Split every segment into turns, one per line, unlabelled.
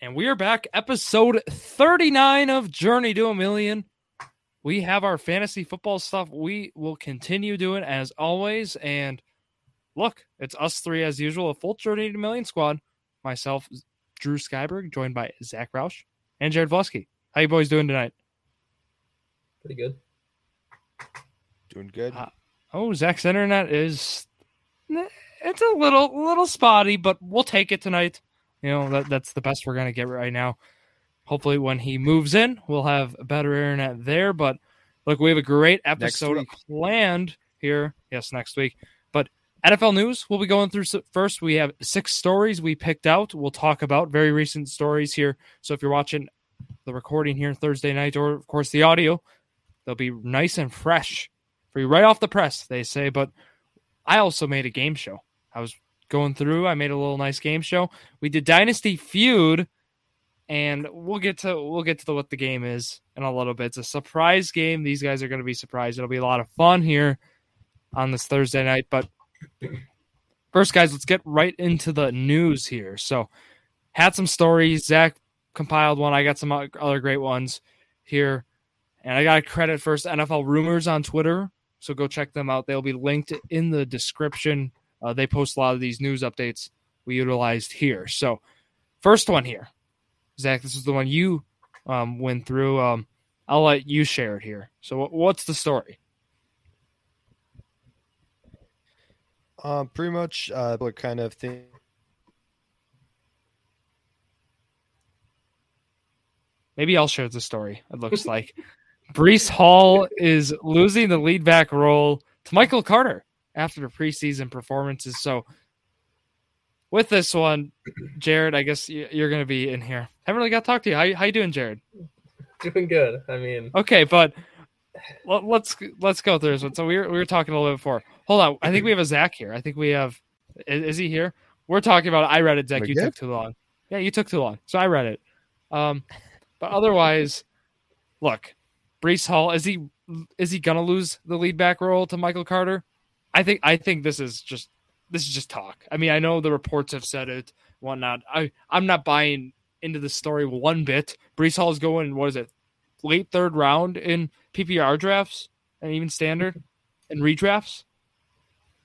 And we are back, episode 39 of Journey to a Million. We have our fantasy football stuff we will continue doing as always. And look, it's us three as usual, a full Journey to a Million squad. Myself, Drew Skyberg, joined by Zach Roush and Jared Vlusky. How you boys doing tonight?
Pretty good.
Doing good.
Uh, Oh, Zach's internet is eh, it's a little little spotty, but we'll take it tonight. You know, that, that's the best we're gonna get right now. Hopefully when he moves in, we'll have better internet there. But look, we have a great episode
week.
planned here. Yes, next week. But NFL news, we'll be going through s- first. We have six stories we picked out. We'll talk about very recent stories here. So if you're watching the recording here Thursday night, or of course the audio, they'll be nice and fresh for you right off the press, they say. But I also made a game show. I was going through, I made a little nice game show. We did Dynasty Feud, and we'll get to we'll get to the, what the game is in a little bit. It's a surprise game. These guys are gonna be surprised. It'll be a lot of fun here on this Thursday night. But first, guys, let's get right into the news here. So had some stories. Zach compiled one. I got some o- other great ones here. And I got to credit first NFL Rumors on Twitter so go check them out. They'll be linked in the description. Uh, they post a lot of these news updates we utilized here. So, first one here, Zach. This is the one you um, went through. Um, I'll let you share it here. So, wh- what's the story?
Um, pretty much uh, what kind of thing?
Maybe I'll share the story. It looks like Brees Hall is losing the lead back role to Michael Carter after preseason performances. So, with this one, Jared, I guess you- you're going to be in here. Haven't really got to talk to you. How, you- how you doing, Jared?
Doing good. I mean,
Okay, but let, let's let's go through this one. So we were, we were talking a little bit before. Hold on, I think we have a Zach here. I think we have. Is, is he here? We're talking about. I read it, Zach.
We
You
did?
took too long. Yeah, you took too long. So I read it. Um, but otherwise, look, Brees Hall is he is he gonna lose the lead back role to Michael Carter? I think I think this is just this is just talk. I mean, I know the reports have said it, whatnot. I I'm not buying into the story one bit. Brees Hall is going. What is it? late third round in PPR drafts and even standard and redrafts.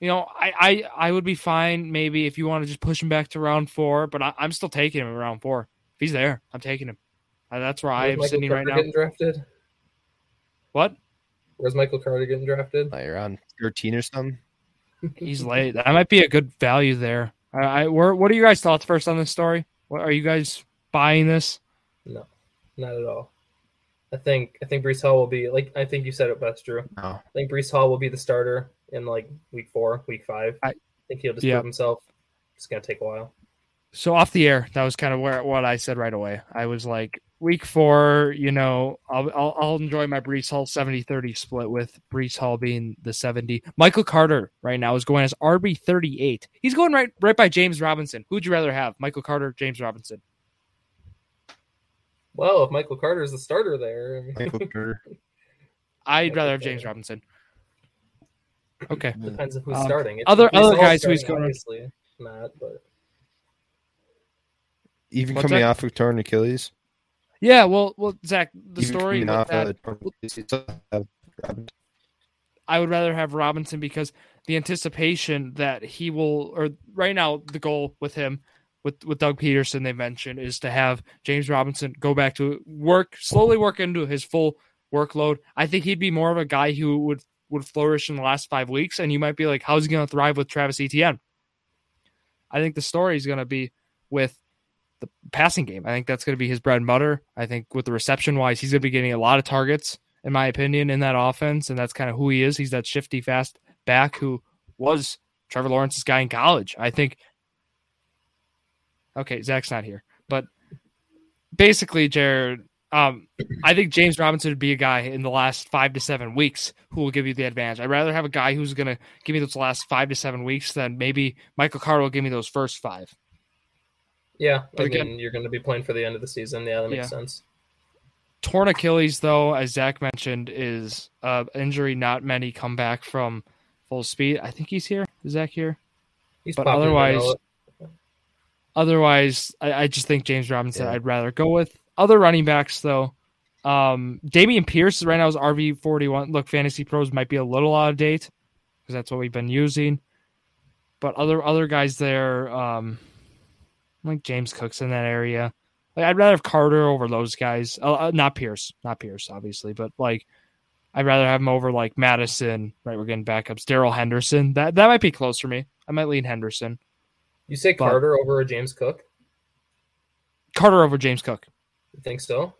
You know, I, I I would be fine maybe if you want to just push him back to round four, but I, I'm still taking him in round four. If he's there, I'm taking him. Uh, that's where I
where's
am sitting
Michael
right
Carter
now.
Getting drafted.
What?
Where's Michael Carter getting drafted?
Like around 13 or something.
He's late. That might be a good value there. I, I where, what are you guys thoughts first on this story? What, are you guys buying this?
No, not at all. I think I think Brees Hall will be like I think you said it best, Drew.
No.
I think Brees Hall will be the starter in like week four, week five.
I-
think he'll just
Yeah.
prove himself. It's gonna take a while.
So off the air, that was kind of where what I said right away. I was like, week four, you know, I'll I'll, I'll enjoy my Brees Hall 70-30 split with Brees Hall being the 70. Michael Carter right now is going as RB 38. He's going right right by James Robinson. Who'd you rather have? Michael Carter, James Robinson.
Well, if Michael Carter is the starter there, I mean,
Michael Carter.
I'd
Michael
rather have
Carter.
James Robinson. Okay.
depends on who's
Um,
starting. If
other-
Brees
other
Hall's
guys who's
starting,
going-
obviously not, but
Even
What's
coming
that?
off of torn Achilles.
Yeah, well well, Zach, the
even
story
coming
with
off
that,
of torn Achilles, you still have Robinson.
I would rather have Robinson because the anticipation that he will, or right now, the goal with him, with with Doug Peterson, they mentioned is to have James Robinson go back to work, slowly work into his full workload. I think he'd be more of a guy who would would flourish in the last five weeks, and you might be like, how's he going to thrive with Travis Etienne? I think the story is going to be with the passing game. I think that's going to be his bread and butter. I think with the reception wise, he's going to be getting a lot of targets, in my opinion, in that offense. And that's kind of who he is. He's that shifty, fast back who was Trevor Lawrence's guy in college. I think. Okay, Zach's not here, but basically, Jared, um, I think James Robinson would be a guy in the last five to seven weeks who will give you the advantage. I'd rather have a guy who's going to give me those last five to seven weeks than maybe Michael Carter will give me those first five.
yeah, I
But again-
mean, you're going to be playing for the end of the season. Yeah, that makes
Yeah.
sense.
torn Achilles, though, as Zach mentioned, is uh, injury. Not many come back from full speed. I think he's here. Is Zach here?
He's
But
popping in and
otherwise-
out.
Otherwise, I, I just think James Robinson
Yeah.
I'd rather go with. Other running backs though, um, Damian Pierce right now is RB forty one. Look, Fantasy Pros might be a little out of date because that's what we've been using. But other other guys there, um, like James Cook's in that area. Like I'd rather have Carter over those guys. Uh, uh, not Pierce, not Pierce, obviously, but like I'd rather have him over like Madison. Right, we're getting backups. Daryl Henderson. That that might be close for me. I might lean Henderson.
You say
But-
Carter over a James Cook?
Carter over James Cook.
You think so?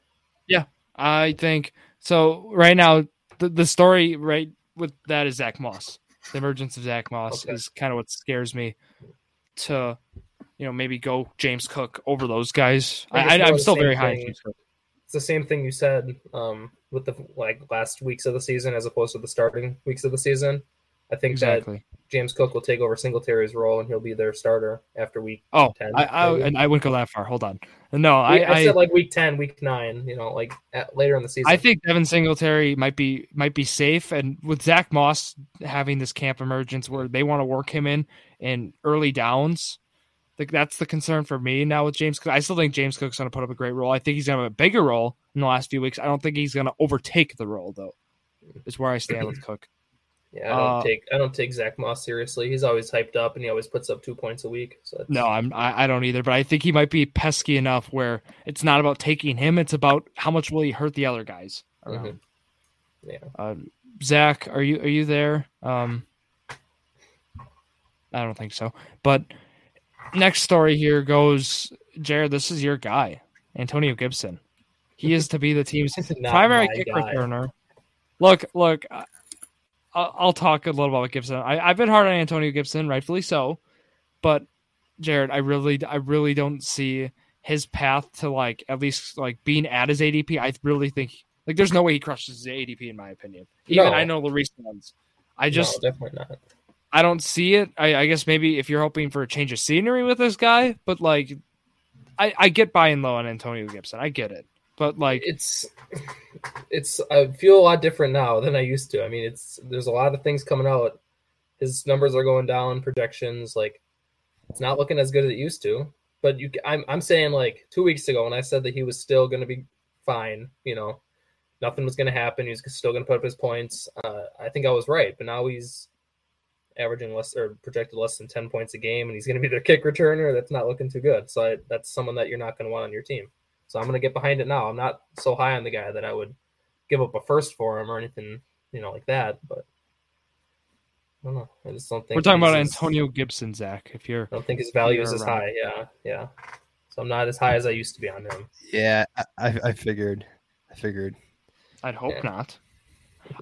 I think so. Right now, the, the story right with that is Zach Moss. The emergence of Zach Moss
Okay.
is kind of what scares me to, you know, maybe go James Cook over those guys.
I think
I,
it's
I,
more
I'm
the
still
same
very high. on
thing.
James Cook.
It's the same thing you said um, with the like last weeks of the season as opposed to the starting weeks of the season. I think that
Exactly.
James Cook will take over Singletary's role and he'll be their starter after week.
Oh,
10,
I, I
maybe.
and I wouldn't go that far. Hold on. No,
I,
I, I
said like week ten, week nine. You know, like at, later in the season.
I think Devin Singletary might be might be safe, and with Zach Moss having this camp emergence where they want to work him in in early downs, like that's the concern for me now with James. Cook. I still think James Cook's going to put up a great role. I think he's going to have a bigger role in the last few weeks. I don't think he's going to overtake the role though. Is where I stand with Cook.
Yeah, I don't
uh,
take I don't take Zach Moss seriously. He's always hyped up and he always puts up two points a week. So that's-
No, I'm I, I don't either, but I think he might be pesky enough where it's not about taking him; it's about how much will he hurt the other guys around.
Mhm. Yeah.
Um, Zach, are you are you there? Um, I don't think so. But next story here goes, Jared. This is your guy, Antonio Gibson. He is to be the team's
Not
primary
my
kick
guy.
returner. Look, look, I- I'll, I'll talk a little about Gibson. I, I've been hard on Antonio Gibson, rightfully so, but Jared, I really, I really don't see his path to like at least like being at his ADP. I really think like there's no way he crushes his ADP in my opinion. Even
No.
I know the recent ones. I just
no, definitely not.
I don't see it. I, I guess maybe if you're hoping for a change of scenery with this guy, but like, I, I get buying low on Antonio Gibson. I get it, but like,
it's it's I feel a lot different now than I used to. I mean, it's there's a lot of things coming out. His numbers are going down, projections like it's not looking as good as it used to. But you, I'm I'm saying like two weeks ago when I said that he was still going to be fine. You know, nothing was going to happen. He was still going to put up his points. Uh, I think I was right, but now he's averaging less or projected less than 10 points a game and he's going to be their kick returner that's not looking too good so I, that's someone that you're not going to want on your team so I'm going to get behind it now. I'm not so high on the guy that I would give up a first for him or anything, you know, like that. But I don't know. I just don't think
we're talking about
he's as-
Antonio Gibson, Zach. If you're
I don't think his value is
You're
as
right.
high. Yeah, yeah. So I'm not as high as I used to be on him.
Yeah, I, I, I figured. I figured.
I'd hope
Yeah.
not.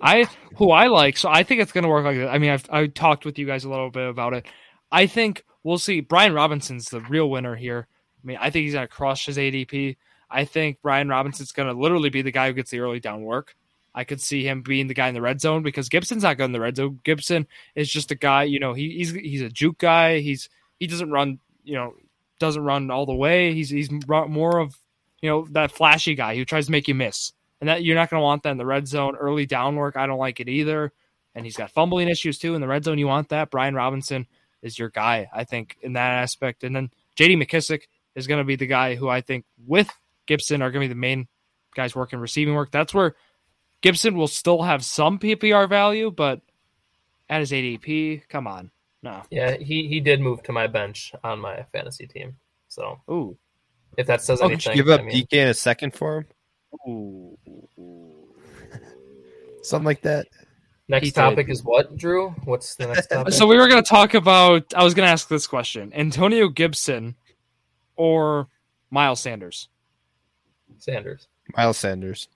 I who I like, so I think it's going to work like that. I mean, I've I talked with you guys a little bit about it. I think we'll see. Brian Robinson's the real winner here. I mean, I think he's going to crush his ADP. I think Brian Robinson's going to literally be the guy who gets the early down work. I could see him being the guy in the red zone because Gibson's not good in the red zone. Gibson is just a guy, you know, he, he's he's a juke guy. He's he doesn't run, you know, doesn't run all the way. He's he's ru- more of you know that flashy guy who tries to make you miss and that you're not going to want that in the red zone. Early down work, I don't like it either. And he's got fumbling issues too in the red zone. You want that? Brian Robinson is your guy, I think, in that aspect. And then J.D. McKissick is going to be the guy who I think with Gibson are going to be the main guys working receiving work. That's where Gibson will still have some PPR value, but at his ADP, come on, no.
Yeah, he he did move to my bench on my fantasy team. So
Ooh,
if that says
Oh, did
anything,
Give up
I
DK
mean,
in a second for him,
ooh,
something like that.
he
next
did.
topic is what Drew? What's the next topic?
So we were going to talk about. I was going to ask this question: Antonio Gibson or Miles Sanders?
Sanders
Miles Sanders.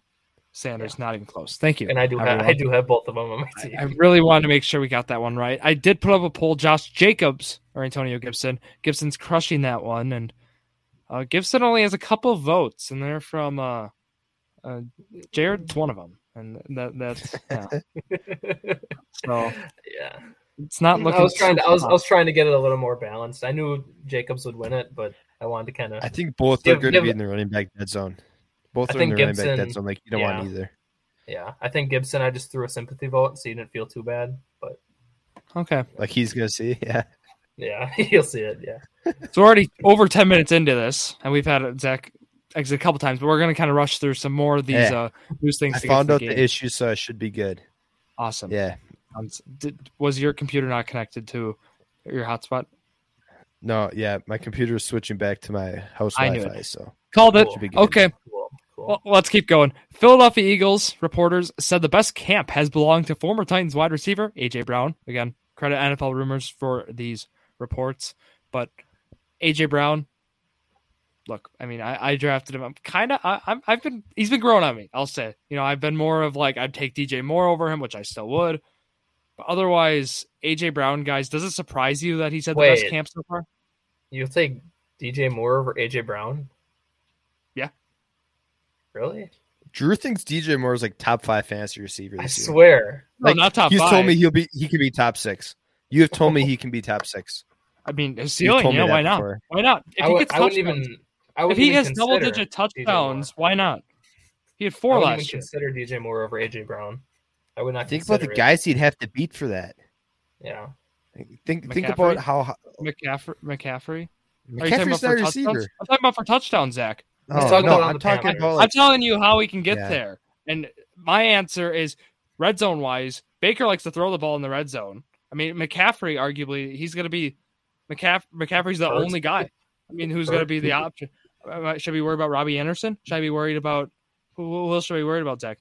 Sanders, not even close. Thank you.
and I do have
everyone.
I do have both of them on my team.
I- I really wanted to make sure we got that one right. I did put up a poll: Josh Jacobs or Antonio Gibson. Gibson's crushing that one, and uh, Gibson only has a couple votes, and they're from uh, uh, Jared's one of them, and that that's yeah. so
yeah.
it's not looking.
I was trying to I was, I
super
was trying to get it a little more balanced. I knew Jacobs would win it, but I wanted to kind of
I think both
Give-
are going to
give-
be in the running back dead zone. Both
I
are in the
think
running back
Gibson-
dead zone. Like you don't want either.
yeah. I think Gibson. I just threw a sympathy vote, so you didn't feel too bad. But
hot. Okay,
Like he's going to see. Yeah.
yeah, you'll see it. Yeah,
So we're already over ten minutes into this, and we've had Zach exit a couple times, but we're gonna kind of rush through some more of these
Yeah.
uh, news things.
I
to get
found
to
out
the
the,
game.
issue, so I should be good.
Awesome.
Yeah.
Um, did, was your computer not connected to your hotspot?
No, yeah. My computer is switching back to my house
I knew
Wi Fi, so
Called it.
Cool.
should be good.
Okay.
Cool. Cool.
Well, let's keep going. Philadelphia Eagles reporters said the best camp has belonged to former Titans wide receiver AJ Brown. Again, credit NFL rumors for these reports, but AJ Brown. Look, I mean, I, I drafted him. I'm kind of, I'm, I've been, he's been growing on me. I'll say, you know, I've been more of like I'd take DJ Moore over him, which I still would. But otherwise, AJ Brown, guys, does it surprise you that he's had the best
Wait.
camp so far?
You'll take DJ Moore over AJ Brown?
Yeah.
Really?
Drew thinks DJ Moore is like top five fantasy receiver
I
this year.
swear.
No,
Like,
not top
He's
five.
told me he'll be he can be top six. You have told me he can be top six.
I mean, his
You've
ceiling.
told me
Yeah,
that
why not?
before.
Why not? If
I
he
would,
gets
I wouldn't
touchdowns-
even. I would
if he has double digit
DJ Moore.
touchdowns, why not? He had
I
four
wouldn't even
last year.
consider DJ Moore over AJ Brown. I would not
Think about
consider
the
it.
guys he'd have to beat for that.
Yeah.
Think think
McCaffrey?
about how
McCaffrey. McCaffrey. Are you talking about
McCaffrey's
for
not
touchdowns?
a receiver.
I'm talking about for touchdowns, Zach.
Let's
Oh,
talk
no,
about on
I'm
the
talking
Panthers.
about like,
I'm telling you how we can get
Yeah.
there. And my answer is red zone wise. Baker likes to throw the ball in the red zone. I mean, McCaffrey arguably he's going to be McCaff- McCaffrey's the
First.
only guy. I mean, who's going to be the option? Am I- Should I be worried about Robbie Anderson? Should I be worried about who, who else should I be worried about, Zach?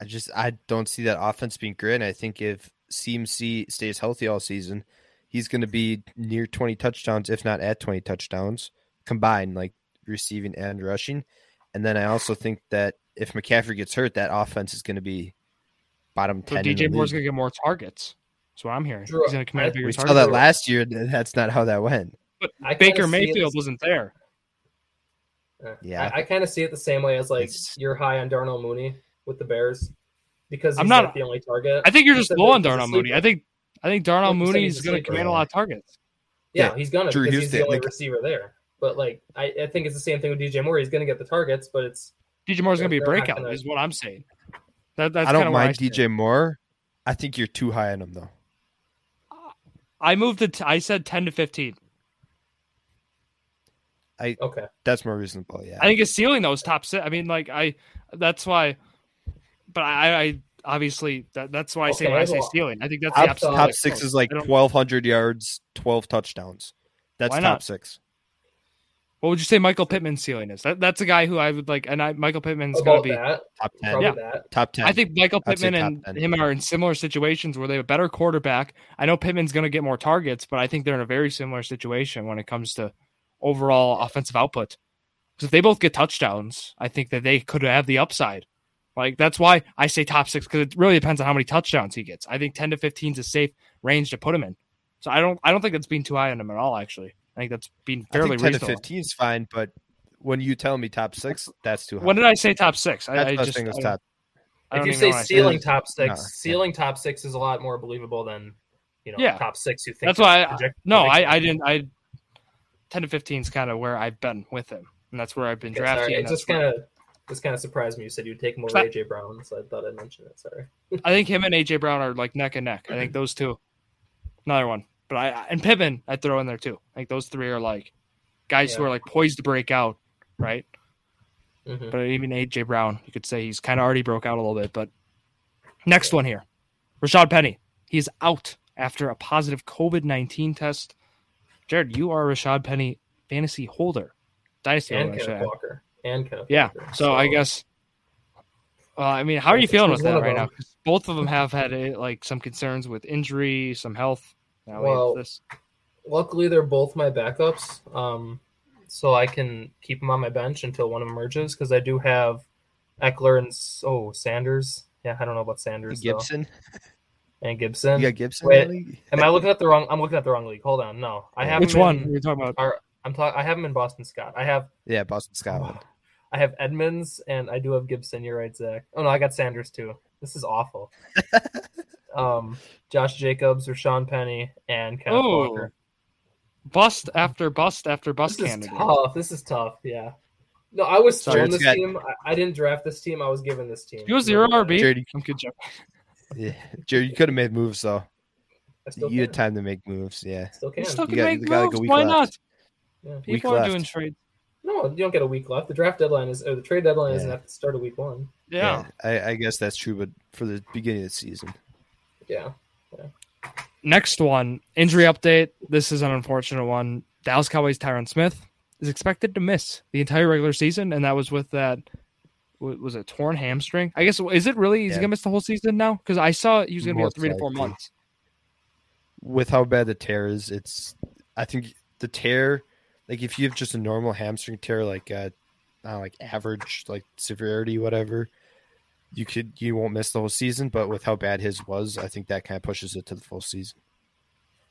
I just I don't see that offense being great. And I think if CMC stays healthy all season, he's going to be near 20 touchdowns, if not at 20 touchdowns combined, like receiving and rushing. And then I also think that if McCaffrey gets hurt, that offense is going to be bottom
So
10. in the
DJ Moore's
league.
going to get more targets. That's what I'm hearing.
Drew,
he's going to command
I-
bigger
we
targets.
saw that last year. and That's not how that went.
I kinda
Baker
see it-
Mayfield wasn't there.
Yeah.
Yeah.
I, I kind of see it the same way as like
It's-
you're high on Darnell Mooney with the Bears because he's
I'm
not,
not-
the only target.
I think you're
You
just
said
low
that
on
he's a
Darnell Mooney.
sleeper.
I think I think Darnell
You said
Mooney
he's
is
a
going to
sleeper.
command a lot of targets.
yeah,
yeah,
he's gonna
Drew,
because
here's
he's
the-
the only
like-
receiver there. But like I, I think it's the same thing with DJ Moore. He's gonna get the targets, but it's
DJ Moore's going to be a
They're not
breakout.
gonna-
Is what I'm saying. That, that's
I
kinda
don't
where
mind
stand.
DJ Moore. I think you're too high on him, though.
I moved the. T- I said 10 to 15.
okay.
That's more reasonable. Yeah.
I think his ceiling though is top six. I mean, like I. That's why. But I, I obviously that, that's why I say
Okay,
when I say
well,
ceiling. I think that's
I've
the absolute
thought-
top
like,
six
oh,
is like
I don't-
1,200 yards, 12 touchdowns. That's
Why
top
not?
six.
What would you say Michael Pittman's ceiling is? That, that's a guy who I would like, and I, Michael Pittman's going to
About
be.
that,
Top 10.
probably
Yeah.
that.
Top 10.
I think Michael
I'd say
Pittman and
top 10.
him are in similar situations where they have a better quarterback. I know Pittman's going to get more targets, but I think they're in a very similar situation when it comes to overall offensive output. Because if they both get touchdowns, I think that they could have the upside. Like that's why I say top six because it really depends on how many touchdowns he gets. I think ten to fifteen is a safe range to put him in. So I don't I don't think that's being too high on him at all. Actually, I think that's being
I
fairly
think 10 to
reasonable.
15 is fine, but when you tell me top six, that's too high.
When did I say top six?
that's
I, I
what I was
just
saying was
I don't-
top.
I
If
don't
you
even
say
know why I said
ceiling
that.
top six,
No, yeah.
ceiling top six is a lot more believable than you know
Yeah.
top six. You think
That's
is
why I-
project-
No,
projected.
I, I didn't. I ten to fifteen is kind of where I've been with him, and that's where I've been
Okay, sorry,
drafting.
It just kind of just kind of surprised me. You said you'd take him over
Sorry.
AJ Brown, so I thought I'd mention it. Sorry.
I think him and AJ Brown are like neck and neck. I think those two, another one, but I I- and Pittman I throw in there too. I think those three are like guys who
Yeah.
are like poised to break out, right?
Mhm.
But even AJ Brown, you could say he's kind of already broke out a little bit. But next one here, Rashad Penny, he's out after a positive COVID nineteen test. Jared, you are a Rashad Penny fantasy holder, dynasty
And
holder, I should
Kenneth
add.
Walker. And Kenneth
Yeah.
Walker.
So I guess. Uh, I mean, how are you
It's
feeling with
one
that
of
right now?
them.
'Cause Both of them have had eh, like some concerns with injury, some health. Now we
Well,
have this.
luckily they're both my backups um, so i can keep them on my bench until one emerges because i do have eckler and S- oh sanders yeah i don't know about sanders though.
Gibson.
and gibson
You got Gibson?
Wait.
really?
am i looking at the wrong i'm looking at the wrong league hold on no i have
Which
him
one
in-
are you talking about?
i'm talking i have him in boston scott i have
Yeah, Boston Scotland.
i have edmonds and i do have gibson you're right zach oh no i got sanders too this is awful um josh jacobs Rashawn penny and Kenneth
Oh,
Walker.
Bust after bust after bust
this
candidate.
Is tough. Oh, This is tough. Yeah. No, I was
Sorry,
thrown
it's
this
got-
team. I, I didn't draft this team. I was given this team.
He was zero RB.
Jared, you,
I'm good, Jeff.
yeah, Jared, you could have made moves, though.
I still
You had
can.
time to make moves. Yeah.
Still
You
can.
still can
gotta-
make
you gotta go
moves.
week
Why
left.
not?
Yeah.
Week
People are
left.
doing trades.
No, you don't get a week left. The draft deadline is, or the trade deadline
Yeah.
isn't at the start of week one.
Yeah.
I, I guess that's true, but for the beginning of the season.
Yeah.
Next one, injury update. This is an unfortunate one. Dallas Cowboys Tyron Smith is expected to miss the entire regular season, and that was with that wa- was it torn hamstring? I guess is it really? He's
Yeah.
gonna miss the whole season now because I saw he was gonna be out
Most
three to four
likely.
months.
with how bad the tear is, it's I think the tear, like if you have just a normal hamstring tear, like uh, I don't know, like average, like severity, whatever, you could you won't miss the whole season. But with how bad his was, I think that kind of pushes it to the full season.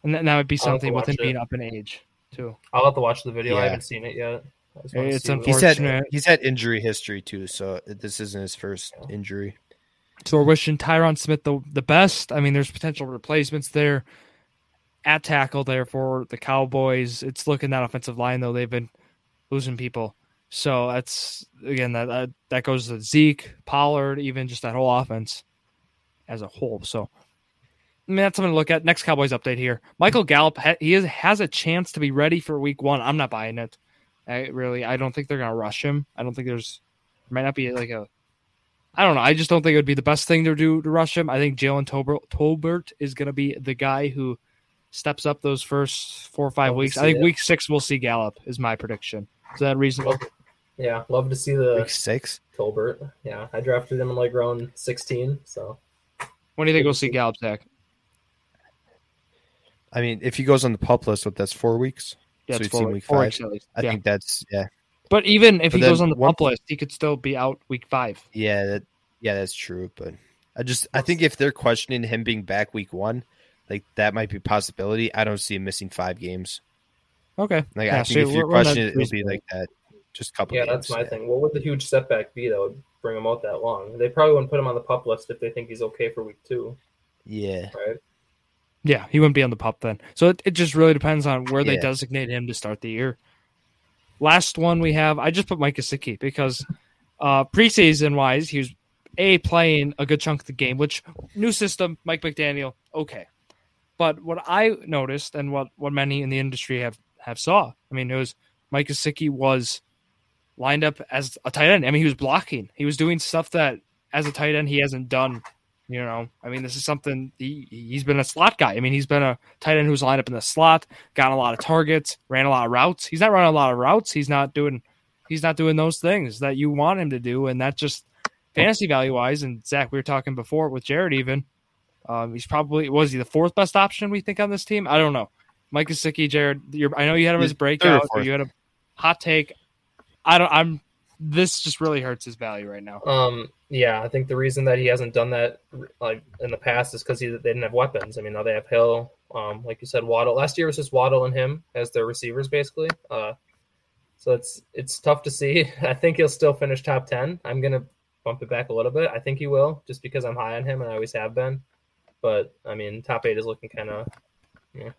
And that, that would be
I'll have to
something with
watch
him
it.
being up in age too.
I'll have to watch the video. I
Yeah.
haven't seen it yet. I just wanna
It's
see what-
He's had
Fortunate.
he's had injury history too, so this isn't his first injury.
So we're wishing Tyron Smith the, the best. I mean, there's potential replacements there at tackle there for the Cowboys. It's looking that offensive line though they've been losing people. So that's again that that, that goes to Zeke, Pollard, even just that whole offense as a whole. So I mean, that's something to look at. Next Cowboys update here. Michael Gallup ha- he is, has a chance to be ready for Week One. I'm not buying it. I really I don't think they're gonna rush him. I don't think there's there might not be like a I don't know. I just don't think it would be the best thing to do to rush him. I think Jalen Tober- Tolbert is going to be the guy who steps up those first four or five
Love to
weeks. I
see
think
it.
week six we'll see Gallup is my prediction. Is that reasonable?
Yeah, love to see the
Week six,
Tolbert. Yeah, I drafted him in like round 16. So
When do you think we'll see Gallup, Zach?
I mean, if he goes on the pup list, what that's four weeks.
Yeah,
So
it's
you've
four,
seen
week-
week
four
five?
weeks at least.
I
yeah.
think that's yeah,
But even if he
But
goes
then
on the
one-
pump list, he could still be out week five.
Yeah, that, yeah, that's true. But I just I think if they're questioning him being back week one, like that might be a possibility. I don't see him missing five games.
Okay.
Like
Yeah,
I
so
think if
we're-
you're
we're not
questioning it, it'll be
reasonable.
like that. Just a couple.
yeah,
games.
that's my thing. What would the huge setback be that would bring him out that long? They probably wouldn't put him on the pup list if they think he's okay for week two,
Yeah,
right?
Yeah, he wouldn't be on the pup then. So it, it just really depends on where they
Yeah.
designate him to start the year. Last one we have, I just put Mike Kosicki because uh, preseason wise, he was a playing a good chunk of the game, which new system, Mike McDaniel, okay. But what I noticed and what, what many in the industry have, have saw, I mean, it was Mike Kosicki was lined up as a tight end. I mean, he was blocking. He was doing stuff that as a tight end he hasn't done you know, I mean, this is something he, he's been a slot guy. I mean, he's been a tight end who's lined up in the slot, got a lot of targets, ran a lot of routes. He's not running a lot of routes. He's not doing, he's not doing those things that you want him to do. And that just fantasy value wise. And Zach, we were talking before with Jared, even, um, he's probably, was he the fourth best option we think on this team? I don't know. Mike Kosicki, Jared, you're, I know you had him as
He's third or
breakout, or
fourth.
you had a hot take. I don't, I'm, this just really hurts his value right now.
Um, yeah, I think the reason that he hasn't done that like in the past is because they didn't have weapons. I mean, now they have Hill, um, like you said, Waddle. Last year was just Waddle and him as their receivers, basically. Uh, so it's it's tough to see. I think he'll still finish top ten. I'm gonna bump it back a little bit. I think he will, just because I'm high on him and I always have been. But I mean, top eight is looking kind of yeah,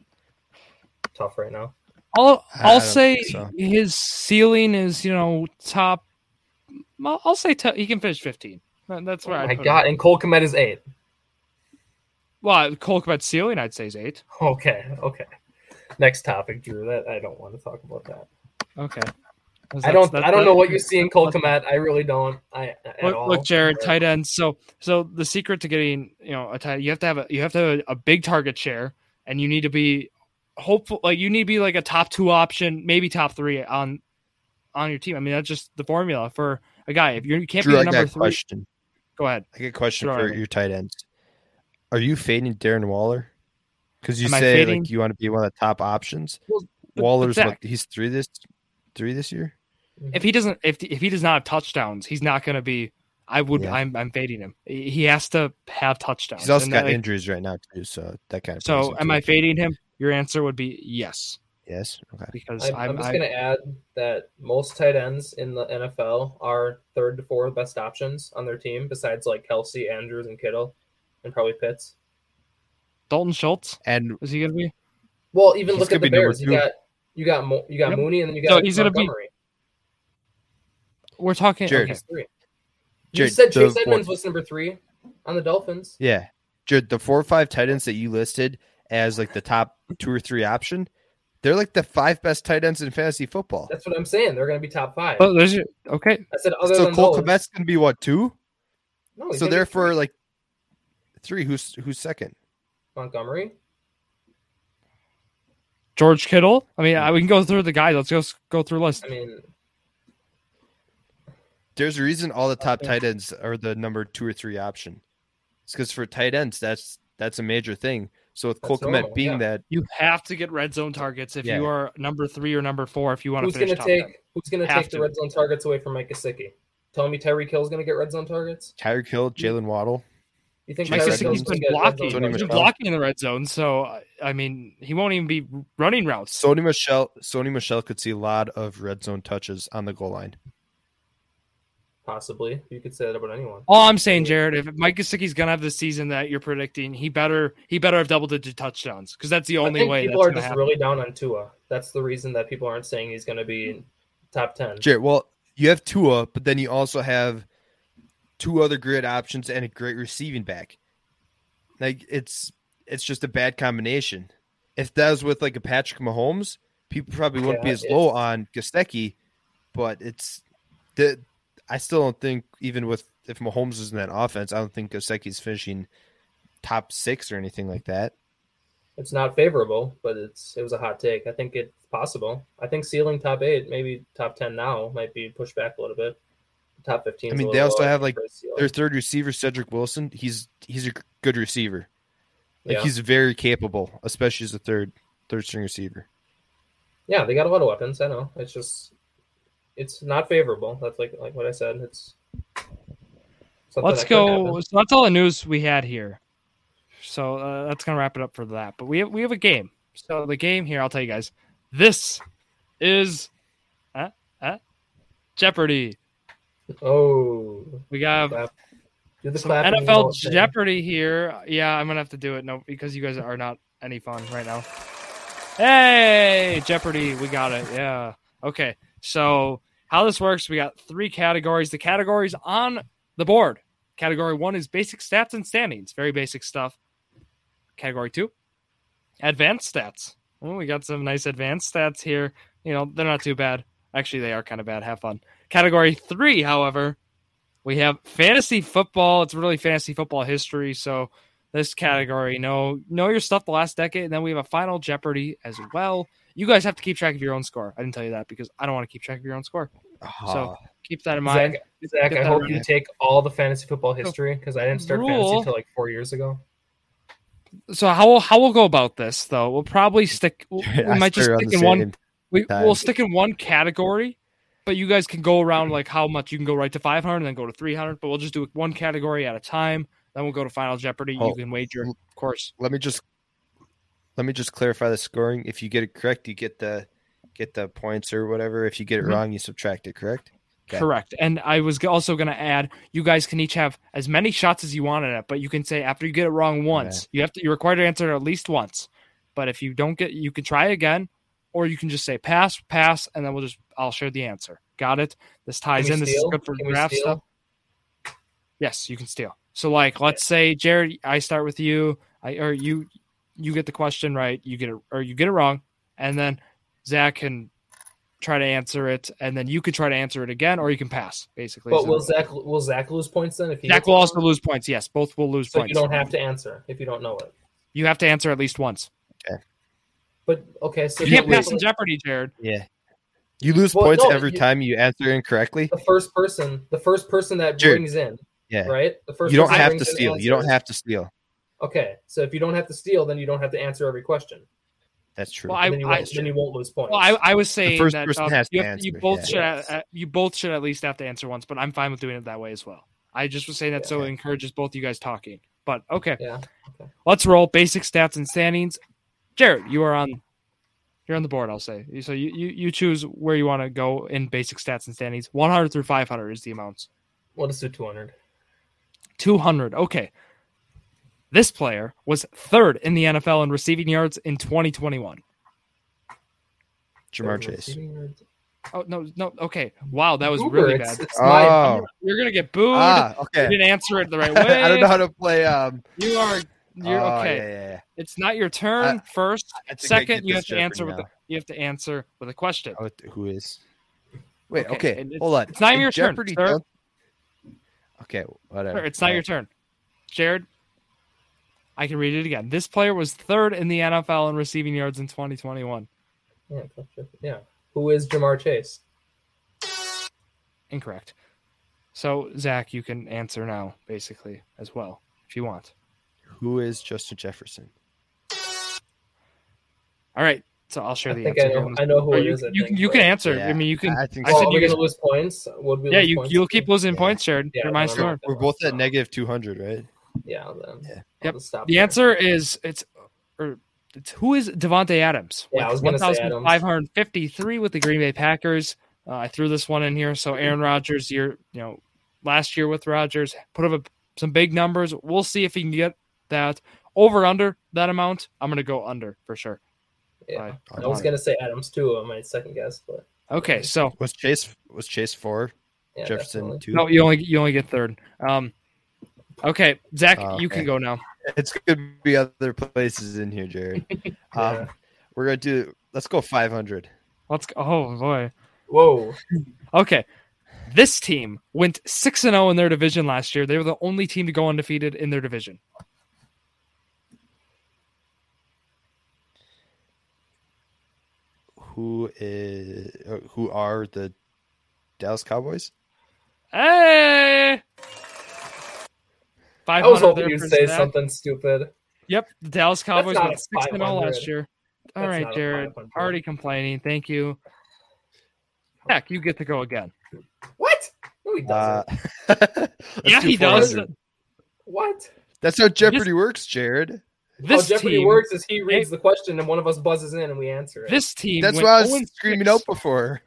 tough right now.
I'll
I- I
I'll
don't
say
think so.
his ceiling is you know top. I'll, I'll say t- he can finish fifteen. That- That's where
Oh
I
my
put him.
God, and Cole Komet is eight.
Well, Cole Komet's ceiling I'd say is eight.
Okay, okay. Next topic, Drew. That I don't want to talk about that.
Okay.
I don't. I don't know what you see in Cole Komet. I really don't. I at
Look,
all.
look, Jared,
But
tight end. So, so the secret to getting you know a tight, you have to have a you have to have a, a big target share, and you need to be hopeful. Like you need to be like a top two option, maybe top three on on your team. I mean, that's just the formula for a guy. If you're, you can't
Drew,
be
I
the
got
number
a
three,
question.
go ahead.
I got a question
Throw it
for
at me.
your tight ends. Are you fading Darren Waller? Because you
Am I
say
fading-
like you want to be one of the top options.
but
Waller's
Zach-
what he's three this three this year.
if he doesn't if if he does not have touchdowns, he's not going to be. I would
Yeah.
I'm I'm fading him. He he has to have touchdowns.
He's also
And,
got
like,
injuries right now too, so that kind of plays
so
into
am I
it.
fading him? Your answer would be yes
Yes. Okay.
because
I'm,
I'm,
I'm just
I-
gonna add that most tight ends in the NFL are third to fourth best options on their team, besides like Kelsey, Andrews, and Kittle, and probably Pitts.
Dalton Schultz
And
is he going to be?
Well, even
He's
look at
gonna
the
be number
Bears. You
two.
got you got Mo, you got
Yep.
Mooney, and then you
So
got
he's gonna be-
Montgomery.
We're talking.
Jared.
okay.
He's three. you
Jared,
said Chase
the-
Edmonds was number three on the Dolphins.
Yeah. Jared, the four or five tight ends that you listed, as like the top two or three option. They're like the five best tight ends in fantasy football.
That's what I'm saying. They're going to be top five.
Oh, there's your, okay.
I said other
so
than
Cole
those-
Komet's gonna be what two?
No, he's
so
gonna be
therefore, like three. Who's who's second?
Montgomery.
George Kittle. I mean, I, we can go through the guys. Let's go go through a list.
I mean,
There's a reason all the top tight ends are the number two or three option. It's because for tight ends, that's that's a major thing. So with Cole
That's normal,
Komet being
yeah.
that,
You have to get red zone targets if
Yeah.
you are number three or number four. If you want to
who's going
finish
to
top
take
ten.
who's going to
Have
take the
to.
red zone targets away from Mike Gesicki? Telling me Tyreek Hill's going to get red zone targets?
Tyreek Hill, Jalen Waddle,
You think
Mike
Tyreek
Gesicki's
Tyreek
Hill's
Hill's
been blocking.
going to get red zone
Sony
He's
targets?
been
Michel.
blocking in the red zone. So I- I mean, he won't even be running routes.
Sony Michelle, Sony Michelle could see a lot of red zone touches on the goal line.
Possibly, you could say that about anyone.
All I'm saying, Jared, if Mike Gesicki's gonna have the season that you're predicting, he better he better have double digit touchdowns because that's the
I
only
think
way.
people
that's
are
gonna
just
happen.
really down on Tua. That's the reason that people aren't saying he's going to
Hmm.
be top ten.
Jared, well, you have Tua, but then you also have two other great options and a great receiving back. Like it's it's just a bad combination. If that was with like a Patrick Mahomes, people probably wouldn't be
Yeah,
as
it-
low on Gostecki, but it's the I still don't think even with if Mahomes is in that offense, I don't think Gostecki's finishing top six or anything like that.
It's not favorable, but it's it was a hot take. I think it's possible. I think ceiling top eight, maybe top ten now, might be pushed back a little bit. Top fifteen.
I
is a
mean, they
little
also
low, I
have,
think,
like,
for a ceiling.
Their third receiver, Cedric Wilson, he's he's a good receiver. Like
yeah.
he's very capable, especially as a third third string receiver.
yeah, they got a lot of weapons. I know. It's just it's not favorable. That's like like what I said. It's something
Let's
that could happen.
go. So that's all the news we had here. So uh, that's gonna wrap it up for that. But we have, we have a game. So the game here, I'll tell you guys. This is uh, uh, Jeopardy.
Oh,
We got
do the
some
clapping and all
NFL
that.
Jeopardy here. Yeah, I'm gonna have to do it. No, because you guys are not any fun right now. Hey, Jeopardy, we got it. Yeah. Okay. So how this works? We got three categories. The categories on the board. Category one is basic stats and standings, very basic stuff. Category two, advanced stats. Oh, we got some nice advanced stats here. You know, they're not too bad. Actually, they are kind of bad. Have fun. Category three, however, we have fantasy football. It's really fantasy football history. So this category, know know your stuff the last decade, and then we have a final Jeopardy as well. You guys have to keep track of your own score. I didn't tell you that because I don't want to keep track of your own score.
Ah,
Keep that in mind.
Zach, Zach,
Get
I
that
hope
right.
you take all the fantasy football history because I didn't start fantasy
Rule.
until like four years ago.
so how we'll, how we'll go about this though we'll probably stick we'll, we
I
might just
started
stick
on the
in one
same.
we,
time.
we'll stick in one category but you guys can go around like how much you can go right to 500 and then go to 300 but we'll just do it one category at a time then we'll go to final jeopardy
Oh.
you can wager of course
Let me just let me just clarify the scoring. If you get it correct, you get the get the points or whatever. If you get it
Mhm.
wrong, you subtract it. Correct? Okay.
correct and i was g- also going to add you guys can each have as many shots as you want at it but you can say after you get it wrong once you have to you're required to answer it at least once but if you don't get you can try again or you can just say pass pass and then we'll just i'll share the answer got it this ties
Can we
in this
steal?
is good for
Can we
draft
steal?
stuff Yes, you can steal. So like let's say Jared, I start with you, I or you you get the question right, you get it or you get it wrong, and then Zach can try to answer it, and then you could try to answer it again, or you can pass, basically.
But
So-
will Zach will Zach lose points then if he
Zach
gets
will
it
also
wrong?
lose points. Yes, both will lose
So you
points.
don't have to answer if you don't know it.
You have to answer at least once.
But okay, so
You can't
the-
pass in Jeopardy, Jared.
Yeah. You lose
Well,
points
no,
every
you-
time you answer incorrectly.
the first person, the first person that
Jared.
brings in,
Yeah.
right? The first
You don't
person that
have to
brings in
steal. You don't
answers.
have to steal.
Okay, so if you don't have to steal, then you don't have to answer every question.
That's true.
Well, I-
then, you won't, then you won't lose points.
Well, I, I was saying
first
that
person
um,
has
you,
to
have to- you
answer,
both
yeah.
should
Yes.
uh, you both should at least have to answer once, but I'm fine with doing it that way as well. I just was saying that so it
Yeah.
encourages both you guys talking. But okay,
yeah.
let's roll basic stats and standings. Jared, you are on. You're on the board. I'll say so. You you, you choose where you want to go in basic stats and standings. 100 through 500 is the amounts.
We'll just do 200.
200. Okay. This player was third in the NFL in receiving yards in 2021.
Jamar Chase.
Oh no no okay. Wow, that was
Uber,
really
it's-
bad.
it's my-
Oh,
You're gonna get booed.
ah,
You
okay.
didn't answer it the right way.
I don't know how to play. Um,
You are You're
Oh,
okay.
Yeah, yeah, yeah.
It's not your turn
Uh,
first.
I think I get
Second, you
this
have to
joke
answer
right
with a,
now.
you have to answer with a question.
Oh, it- who is? Wait,
Okay,
okay,
and it's-
hold on.
it's not even
In
your turn,
Jeopardy,
sir.
don't- Okay, whatever.
Sure, It's not your turn. Jared, I can read it again. This player was third in the NFL in receiving yards in 2021.
Yeah, tough shit. yeah. Who is Jamar Chase?
Incorrect. So, Zach, you can answer now, basically, as well, if you want.
Who is Justin Jefferson?
All right. So I'll share
I
the
think
answer.
I
here
know.
in a
I
second.
know who
Or
it
you,
is. I
you,
think,
you
but-
can answer.
Yeah,
I mean, you can.
I think
I
Oh,
said
are we
you
gonna
can-
lose points? Would we
yeah,
lose
you,
points?
you'll keep losing points, Jared.
Yeah,
You're my
no, no,
score.
We're both at negative two hundred, right?
Yeah. Then.
Yeah.
I'll
Yep.
just stop
The
there.
answer is it's or it's who is Devonte Adams?
Yeah, I was gonna say Adams.
1,553 with the Green Bay Packers. Uh, I threw this one in here. So Aaron Rodgers, year you know, last year with Rodgers, put up a, some big numbers. We'll see if he can get that over under that amount. I'm gonna go under for sure.
Yeah.
Bye.
I was gonna say Adams too. I might second guess, but
Okay, so
Was Chase was Chase four?
yeah,
Jefferson
definitely.
two.
no, you only you only get third. Um, okay, Zach,
Oh,
you
okay.
can go now.
It's gonna be other places in here, Jared.
Yeah.
um, we're gonna do. Let's go five hundred.
Let's go. Oh boy.
Whoa.
Okay. This team went 6 and 0 in their division last year. They were the only team to go undefeated in their division.
Who is? uh, Who are the Dallas Cowboys?
Hey!
I
500
was hoping
there
you'd
for
say
Zach.
something stupid.
Yep, the Dallas Cowboys
not
went
a
6 and 0 last
500.
year. All
That's
right,
not a
Jared.
500.
Already complaining. Thank you. Heck, you get to go again.
What? No, he doesn't.
Uh, let's
yeah,
do
he does.
400.
what?
That's how Jeopardy works, Jared.
This
How Jeopardy
team,
works is he reads the question and one of us buzzes in and we answer it.
this team.
That's
went
why I
0 and
was screaming
6.
out before.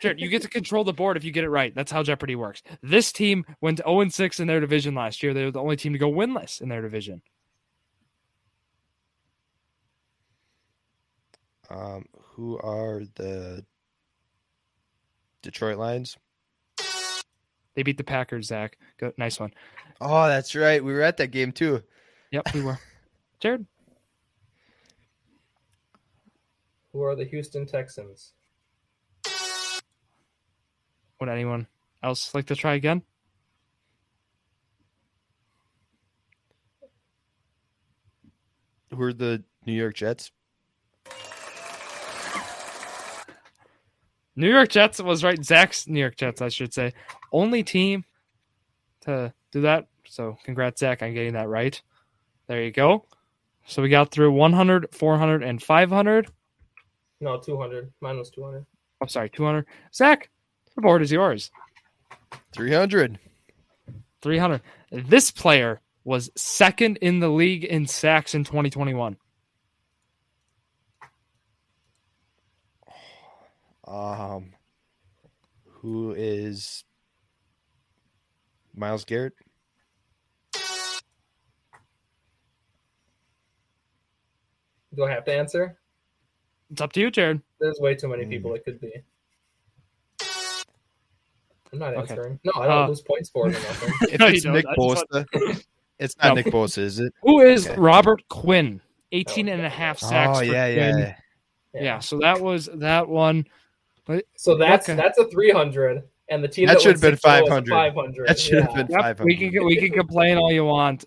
Jared, you get to control the board if you get it right. That's how Jeopardy works. This team went 0 6 in their division last year. They were the only team to go winless in their division.
Um, who are the Detroit Lions?
They beat the Packers, Zach. Go, nice one.
Oh, that's right. We were at that game too.
Yep, we were. Jared,
Who are the Houston Texans?
would anyone else like to try again?
Who are the New York Jets?
New York Jets was right. Zach's New York Jets, I should say. Only team to do that. So congrats, Zach, on getting that right. There you go. So we got through 100, 400, and 500.
No, 200. Mine was 200.
I'm sorry, 200. Zach, the board is yours.
300.
300. This player was second in the league in sacks in 2021.
Um, who is Miles Garrett?
Do I have to answer?
It's up to you, Jared.
There's way too many
Hmm.
people it could be. I'm not
Okay.
answering. No, I don't
Uh,
lose points for it or nothing.
If
No, you
it's
don't.
Nick
I just want-
Bosa, it's not
No.
Nick Bosa, is it?
Who is
Okay.
Robert Quinn? 18
Oh,
and a
yeah.
half sacks.
Oh,
for
yeah, yeah.
Quinn.
yeah.
yeah. So that was that one.
So that's
Okay.
that's a 300, and the team
That
that,
should have been
500.
500.
500.
That should have
Yeah.
been
Yep,
500.
we can we can complain all you want.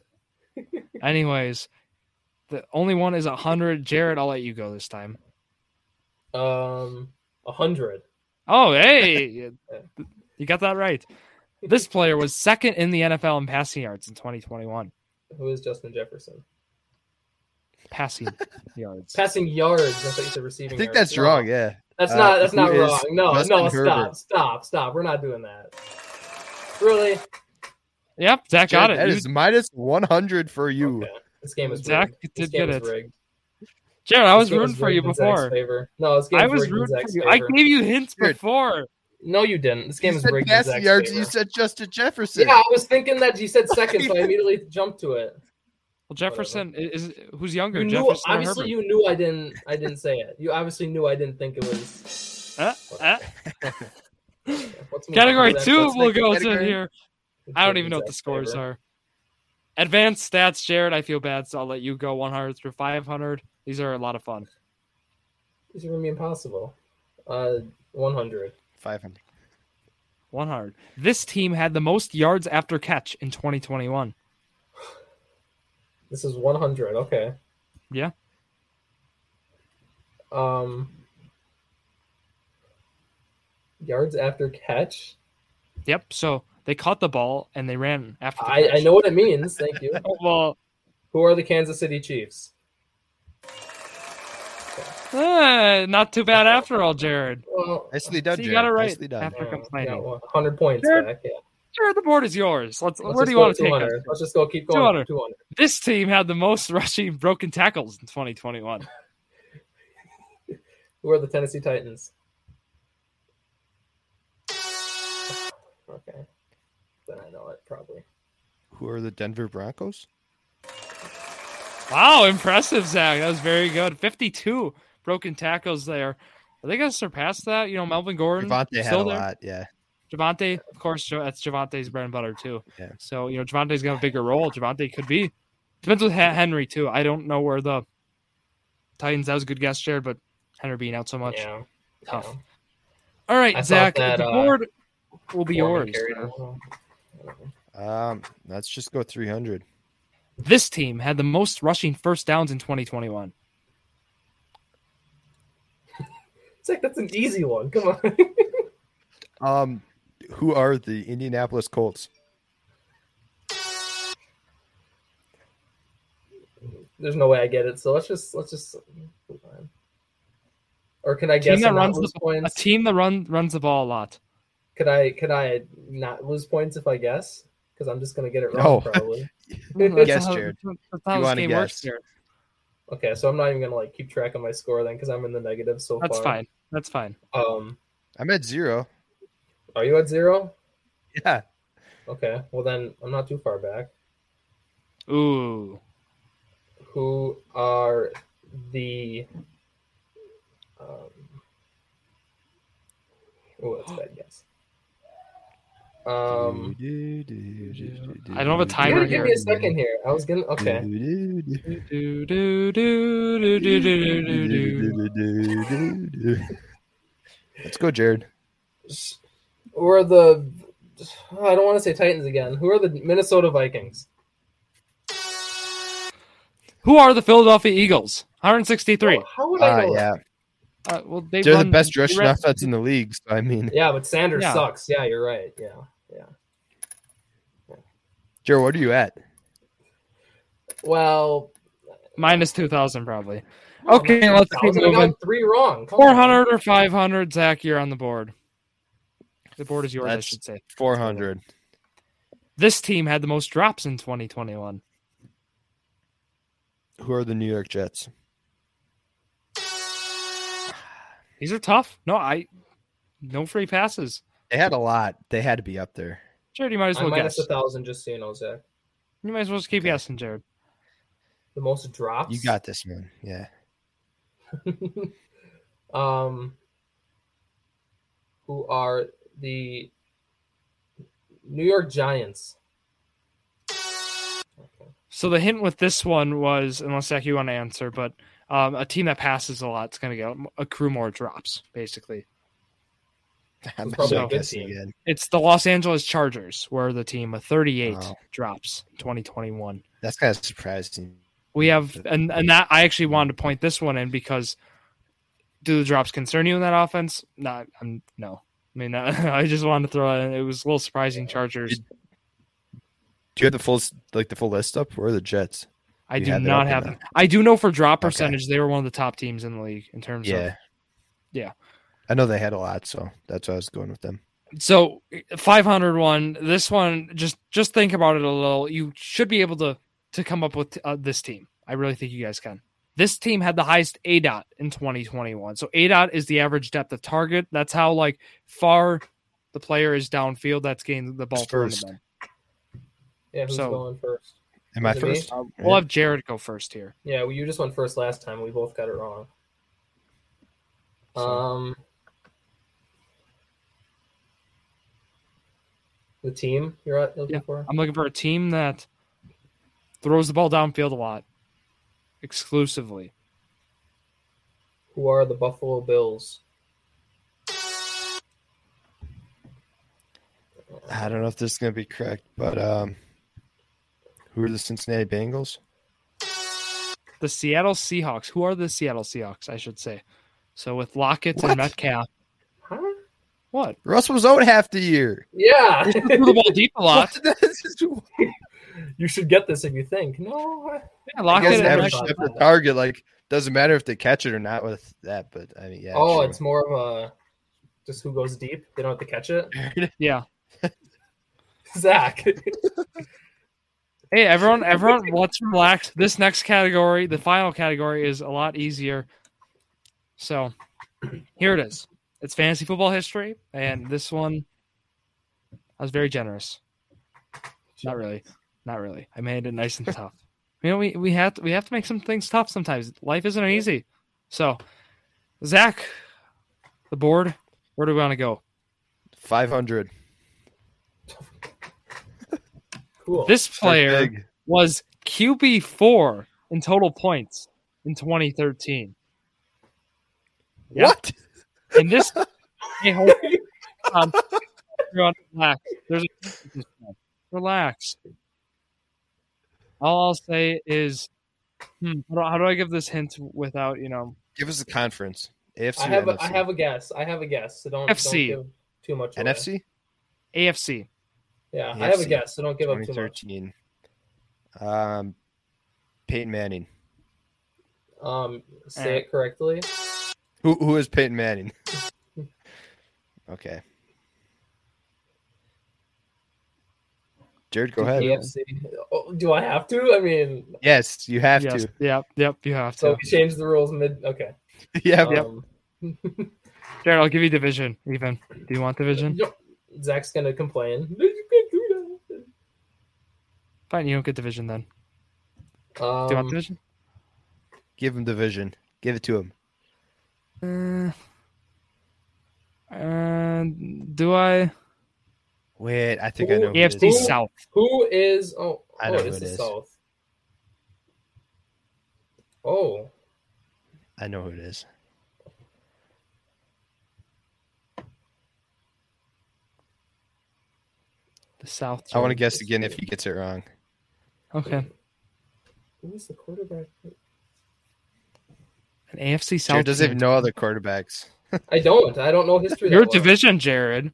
Anyways, the only one is 100. Jared, I'll let you go this time.
Um, 100.
Oh, hey. you got that right. This player was second in the NFL in passing yards in 2021.
Who is Justin Jefferson?
Passing yards.
Passing yards. I thought you said receiving.
I think
yards.
that's
No,
wrong, yeah.
That's
Uh,
not. That's
who
not
is
wrong. No,
Justin
no. Stop.
Herbert?
Stop. Stop. We're not doing that. Really?
Yep, Zach got
Jared,
it.
That
You-
is minus 100 for you.
Okay. This game is
Zach
rigged. This
did
game
get
is
it.
rigged.
Jared, I
This
was
game is
rooting for you
rigged in Zach's
before.
favor. No, this game
I
is
was
rigged in
rooting for
Zach's
you. I
favor.
gave you hints
Jared.
before.
No, you didn't. This game
You
is
said
rigged. in
passing
Zach's
yards,
favor.
you said Justin Jefferson.
Yeah, I was thinking that you said second, so I immediately jumped to it.
Well, Jefferson is who's younger,
You knew
Jefferson or Herbert?
obviously you knew I didn't I didn't say it. You obviously knew I didn't think it was
Uh, uh.
What's
Category two
Let's
will
make a
go to
category.
here. I don't even know what the scores are. Advanced stats, Jared. I feel bad, so I'll let you go 100 through 500. These are a lot of fun.
These are gonna be impossible. Uh, 100.
500.
100. This team had the most yards after catch in 2021.
This is 100. Okay.
Yeah.
Um, yards after catch.
Yep. So they caught the ball and they ran after. the
I, I
catch.
know what it means. Thank you.
Well,
Who are the Kansas City Chiefs?
eh, not too bad after all, Jared.
Well, uh,
Nicely done,
So you
Jared.
got it right.
Nicely done.
After- They're complaining.
yeah, well, 100 points
Jared,
back. Yeah.
Jared, the board is yours. Let's.
Let's
where
just
do you
go
want to take
200.
us?
Let's just go keep going.
200.
200.
This team had the most rushing broken tackles in 2021.
Who are the Tennessee Titans? Okay. Then I know it probably.
Who are the Denver Broncos?
Wow, impressive, Zach. That was very good. 52 broken tackles there. Are they going to surpass that? You know, Melvin Gordon.
Javante had
still
a
there.
lot. Yeah.
Javante, of course, Jo- that's Javante's bread and butter too.
Yeah.
So you know, Javante's got a bigger role. Javante could be depends with Ha- Henry too. I don't know where the Titans. That was a good guess, Jared, but Henry being out so much,
Yeah.
tough.
yeah.
All right,
I thought
Zach,
that,
the
uh,
board will be
Foreman
yours.
carried
now.
him.
Um, let's just go 300.
This team had the most rushing first downs in 2021.
It's like that's an easy one. Come on.
Um, who are the Indianapolis Colts?
There's no way I get it. So let's just let's just move on. Or can I
Team
guess
that
and not
runs
lose
the, a
points?
team that run runs the ball a lot.
Could I could I not lose points if I guess? Because I'm just gonna get it
No.
wrong probably.
That's
Guess,
how-
Jared.
That's how
You
this
wanna
game works,
guess.
Jared.
Okay, so I'm not even gonna like keep track of my score then because I'm in the negative so
That's
far.
fine. That's fine.
That's fine. Um
I'm at zero.
are you at zero?
Yeah.
Okay. Well then I'm not too far back.
Ooh,
Who are the um Oh that's a bad guess. Um
I don't have a
You
timer
gotta
here.
give me a second here. I was gonna. Okay.
do, do, do, do, do, do, do, do.
Let's go, Jared.
Who are the? I don't want to say Titans again. Who are the Minnesota Vikings?
Who are the Philadelphia Eagles? 163.
How would I
Uh,
know? that?
yeah,
Uh, well, they
they're the
run-
best
they
rushing
ran-
offense in the league. So I mean,
Yeah, but Sanders
Yeah.
sucks. Yeah, you're right. Yeah, yeah.
Jared, what are you at?
Well,
minus 2,000 probably.
well,
Okay,
man,
let's
I
keep
was gonna go
moving.
Three wrong. Come on.
400 or 500, Zach, you're on the board. The board is yours, I
That's-
should say.
Four hundred.
This team had the most drops in 2021.
Who are the New York Jets?
These are tough. No, I no free passes.
They had a lot. They had to be up there.
Jared, you might as
I'm
well
minus
guess.
a thousand. Just so you know, Zach.
You might as well just keep guessing, Jared.
The most drops.
You got this, man. Yeah.
um. Who are the New York Giants? Okay.
So the hint with this one was, unless Zach, you want to answer, but um, a team that passes a lot is going to get accrue more drops, basically.
I'm
probably
a
so
good
guessing
team.
again.
It's the Los Angeles Chargers were the team with 38
Wow.
drops in 2021.
That's kind of surprising.
We have and and that I actually wanted to point this one in because do the drops concern you in that offense? No, I'm no. I mean, I just wanted to throw it. in. It was a little surprising. Chargers.
Do you have the full s- like the full list up? Where are the Jets?
I
you
do
had that
not
up
have
in
them. I do know for drop
Okay.
percentage, they were one of the top teams in the league in terms of
Yeah.
yeah.
I know they had a lot, so that's why I was going with them.
so 501 this one just just think about it a little you should be able to to come up with uh, this team i really think you guys can this team had the highest a dot in 2021 so a dot is the average depth of target that's how like far the player is downfield that's getting the ball
Who's
thrown to
first?
them.
Yeah, who's
So-
going first?
Am I
Is it me?
first?
we'll have jared go first here
Yeah, well, you just went first last time. We both got it wrong.
So-
Um, the team you're at looking
Yeah.
for?
i'm looking for a team that throws the ball downfield a lot, exclusively.
Who are the Buffalo Bills?
I don't know if this is going to be correct, but um, who are the Cincinnati Bengals?
The Seattle Seahawks. Who are the Seattle Seahawks? I should say. So with Lockett
What?
and Metcalf,
Huh?
what?
Russ was out half the year.
Yeah,
Threw the ball deep a lot.
This is-
you should get this if you think. No, I-
Yeah,
I
Lockett
guess
and
average
Metcalf.
Metcalf.
depth of target like doesn't matter if they catch it or not with that, but I mean yeah.
oh,
sure.
it's more of a just who goes deep. They don't have to catch it.
Yeah.
Zach,
Hey, everyone, everyone, let's relax. This next category, the final category, is a lot easier. So here it is. It's fantasy football history, and this one I was very generous. Not really. Not really. I made it nice and tough. You know, we, we have to, we have to make some things tough sometimes. Life isn't easy. So Zach, the board, where do we want to go?
five hundred.
cool.
This player was QB four in total points in 2013. Yeah.
What?
And this, hey, hold on. Everyone, relax. There's a, relax. All I'll say is, hmm, how, do, how do I give this hint without you know?
Give us a conference. AFC.
I have
or
a, I
NFC?
have a guess. I have a guess. So don't,
FC.
don't give too much. away.
NFC.
AFC.
Yeah, I have a
NFC.
guess. So don't give up too much.
2013. Um, Peyton Manning.
Um, say
Alright.
it correctly.
Who who is Peyton Manning? okay. Jared, go ahead.
AFC. Oh, do I have to? I mean,
Yes, you have
yes.
to.
Yep. Yep. You have
so
to.
we changed the rules mid. Okay.
yeah,
Yep.
Um,
Jared, I'll give you division. Even. Do you want division?
yep. Um, Zach's gonna complain. Did you get through
Fine. You don't get division then.
that?
Do you want
Um,
division?
give him division. Give it to him.
Uh, uh, do I?
Wait, I think I know. who it
AFC
is.
Ooh.
South.
who is? Oh,
I
oh,
know
it
who
is
it
the
is.
South. Oh,
I know who it is.
The South.
I want to guess again if he gets it wrong.
Okay.
who is the quarterback?
An AFC South.
Jared doesn't
team.
even know other quarterbacks.
I don't. I don't know history. that
Your
well.
division, Jared.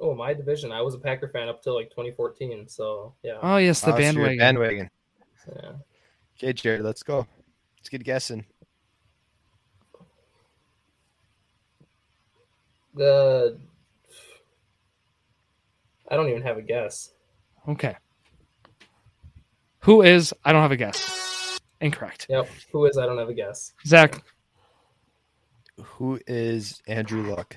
Oh, my division. I was a Packer fan up till like 2014. So yeah.
Oh yes, the
Oh, so you're a
bandwagon.
bandwagon.
yeah.
Okay, Jared, let's go. Let's get guessing.
The I don't even have a guess.
Okay. Who is? I don't have a guess. Incorrect.
Yep. Who is? I don't have a guess.
Zach.
Who is Andrew Luck?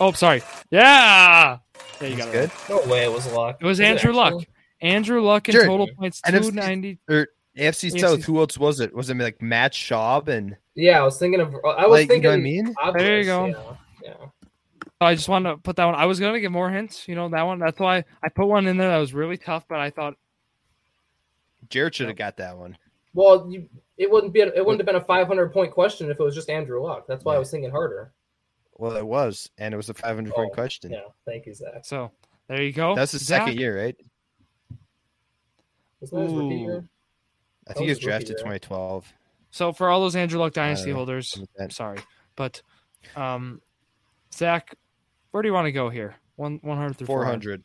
Oh, sorry. Yeah. There you
That's
go.
good.
No way. It was Luck.
It was
Is
Andrew Luck.
actually?
Andrew Luck in
Jared,
total points
NFC
two ninety.
AFC,
AFC
South. Who else was it? Was it like Matt Schaub and
Yeah, I was thinking of. I was
like
thinking.
you know what I mean?
obvious,
There you go.
Yeah. yeah.
I just wanted to put that one. I was gonna give more hints. You know that one. That's why I put one in there that was really tough. But I thought
Jared should have got that one.
Well, you, it wouldn't be. It wouldn't have been a 500 point question if it was just Andrew Luck. That's why I was thinking harder.
Well, it was, and it was a 500 point
Oh,
question.
Yeah. Thank you, Zach.
so. There you go.
That's the
Oh, Zach,
second year, right?
Wasn't that his rookie
Ooh.
year?
I
That
think he
was his
was
rookie
drafted
year.
2012.
So for all those Andrew Luck dynasty
know.
holders,
something
I'm
like that.
sorry, but um, Zach, where do you want to go here? One one hundred through 400.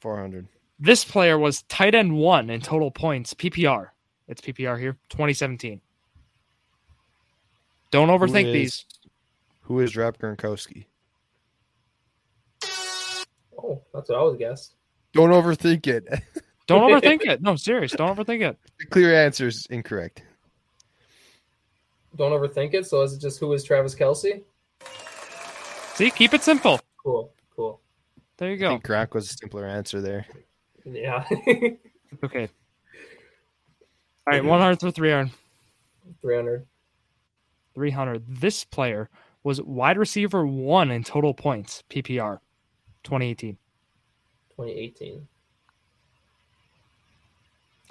400. 400.
This player was tight end one in total points PPR. It's PPR here, twenty seventeen. Don't overthink
is-
these.
Who is Rob Gronkowski?
Oh, that's what I was guess.
Don't overthink it.
Don't overthink it. No, serious. Don't overthink it.
the clear answer is incorrect.
Don't overthink it. So is it just who is Travis Kelsey?
See, keep it simple.
Cool. Cool.
There you
I
go.
think Gronk was a simpler answer there.
Yeah.
Okay. All right, one hundred through three hundred.
300.
300. This player was wide receiver one in total points PPR, twenty eighteen.
2018.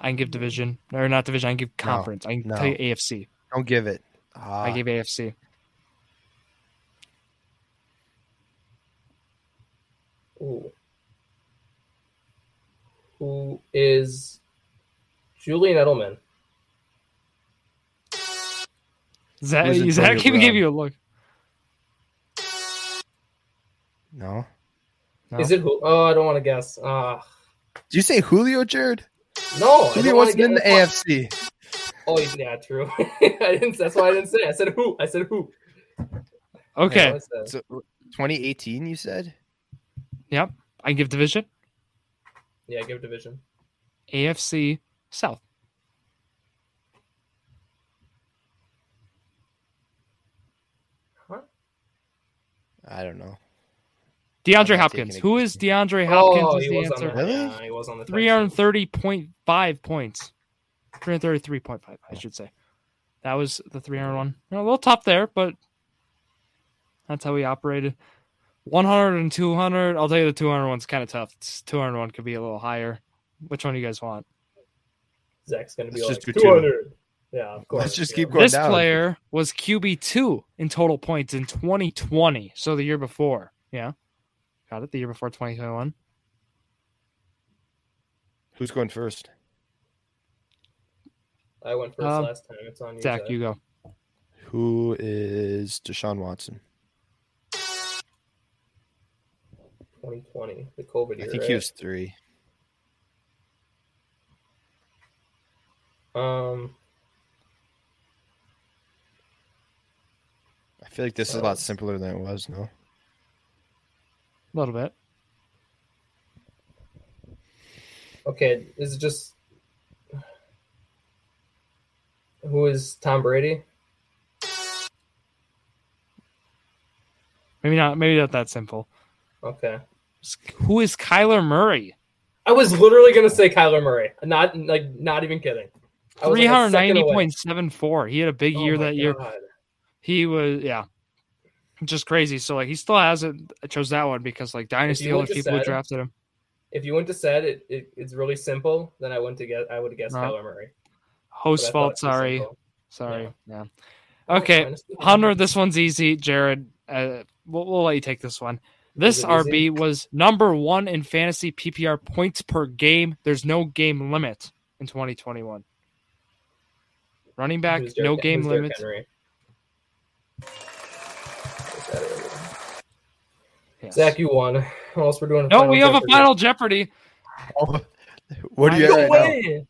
I can give division or not division. I can give conference. I can
no.
tell you AFC.
Don't give it.
I
Ah,
gave AFC.
Ooh. Who is Julian Edelman?
Zach,
Where's Antonio
Zach even
Brown?
gave you a look.
no.
No.
Is it who? Oh, I don't want to guess. Uh,
Did you say Julio Jared?
no, I don't
Julio
want to
wasn't
get
in the AFC.
Oh, yeah, true. I didn't. That's why I didn't say. it. I said who. I said who.
Okay,
Yeah, I said-
So 2018, you said?
I can give division
yeah, give division.
AFC South.
I don't know. I'm
DeAndre
not
Hopkins.
taking it.
Who is DeAndre Hopkins?
oh,
is
he
the
was
answer.
on the.
Really?
Yeah, he was on the. top.
330.5 points. 333.5, I should say. That was the 300 one. You know, a little top there, but that's how we operated. 100 and 200. I'll tell you the 200 one's kind of tough. It's- 201 could be a little higher. Which one do you guys want?
Zach's gonna be
Let's
like
just do
two
two.
hundred. Yeah, of course.
Let's just
yeah.
keep going
this
down.
player was QB2 in total points in 2020, so the year before. Yeah. Got it. The year before 2021.
Who's going first?
I went first
Um,
last time. It's on you.
Zach, you go.
Who is Deshaun Watson?
2020, the COVID year.
I think
right?
he was three.
Um,
I feel like this is a lot simpler than it was, no?
A little bit.
okay, is it just who is Tom Brady?
Maybe not. Maybe not that simple.
Okay,
Who is Kyler Murray?
I was literally gonna say Kyler Murray. Not like not even kidding. I was, like,
Three
a
hundred
second
ninety
away.
point seven four. He had a big
Oh
year
my
that year.
God.
He was yeah, just crazy. So like he still has it. I chose that one because like dynasty
you
other
look at
people who
that-
drafted him.
If you wouldn't have said it, it, it's really simple, then I wouldn't have guess. I would have guessed
No.
Kyler Murray. but I
Host
thought it
fault.
was
Sorry,
simple.
sorry. Yeah.
Oh,
Okay,
minus two.
Hunter. This one's easy. Jared, uh, we'll, we'll let you take this one. This
it
RB was number one in fantasy PPR points per game. There's no game limit in 2021. Running back,
Who's Derrick-
no
who's
game
Derrick
limit.
Henry? Is that it?
Yes.
Zach, you won. Unless we're doing. a
No,
final
we have a
pick.
final Jeopardy.
What do
I-
you
No
have right now?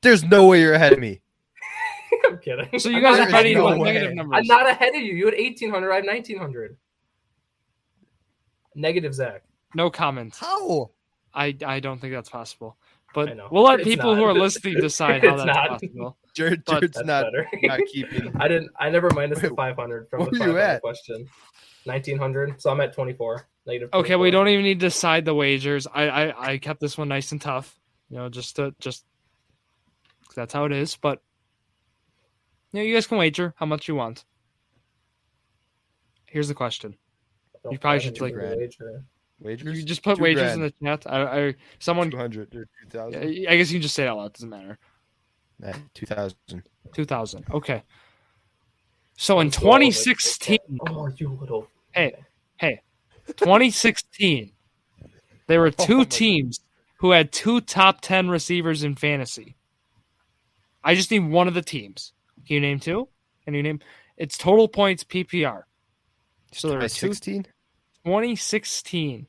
There's no way you're ahead of me.
I'm kidding.
So you
I'm
guys
not
are fighting
ahead
with
of you.
way.
negative numbers.
I'm not ahead of you. You had 1800. I have 1900. Negative Zach.
no comments.
How?
I, I don't think that's possible.
I
But
know.
we'll let
It's
people who
not.
are listening decide how
It's
that's
not.
possible.
Jared,
But
Jared's
That's
not,
better.
not keeping.
I didn't. I never minus the
Wait,
500 from
where
the
you
500
at?
question. 1900. So I'm at 24. Negative.
Okay, we
24.
don't even need to decide the wagers. I, I, I kept this one nice and tough. You know, just to just 'cause that's how it is. But you know, you guys can wager how much you want. Here's the question.
I don't
you probably
have
should,
any
like-
wager.
Wagers?
You just put
Two
wagers in
grand.
the chat. I, I someone
200 or 2,000?
I guess you can just say it out loud, it doesn't matter.
Nah, 2,000.
2000. Okay. So in
That's what I would like to
2016,
Oh, you little.
hey, 2016, there were
Oh my
two
God.
teams who had two top 10 receivers in fantasy. I just need one of the teams. Can you name two? Can you name? It's total points PPR. So there were two
16?
2016,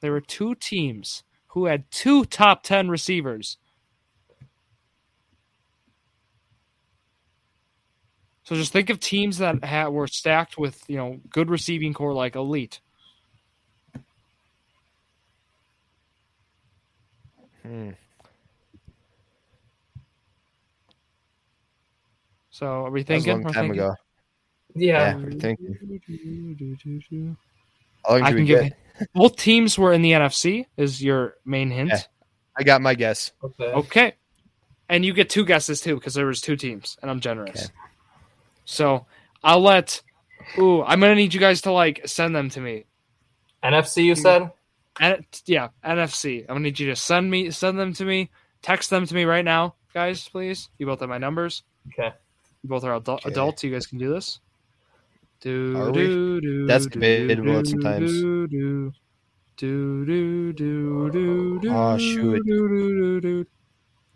there were two teams who had two top 10 receivers. So just think of teams that had, were stacked with, you know, good receiving core like elite.
Hmm.
So are we
That was a
thinking?
long
We're
time
thinking?
ago.
Yeah.
Yeah, we're thinking. How long
I
did we
can give
get?
Both teams were in the NFC is your main hint.
Yeah. I got my guess.
Okay.
Okay. And you get two guesses too, because there was two teams, and I'm generous.
Okay.
So I'll let ooh, I'm gonna need you guys to like send them to me.
NFC, you said.
And yeah, NFC. I'm gonna need you to send me send them to me Text them to me right now, guys, please. You both have my numbers.
Okay.
You both are adult,
Okay.
adults. You guys can do this. Do,
Are we?
do, do,
That's
do,
debatable
do,
sometimes.
Do, do, do, do, do, do, do,
Aw, Oh, shoot.
do, do, do,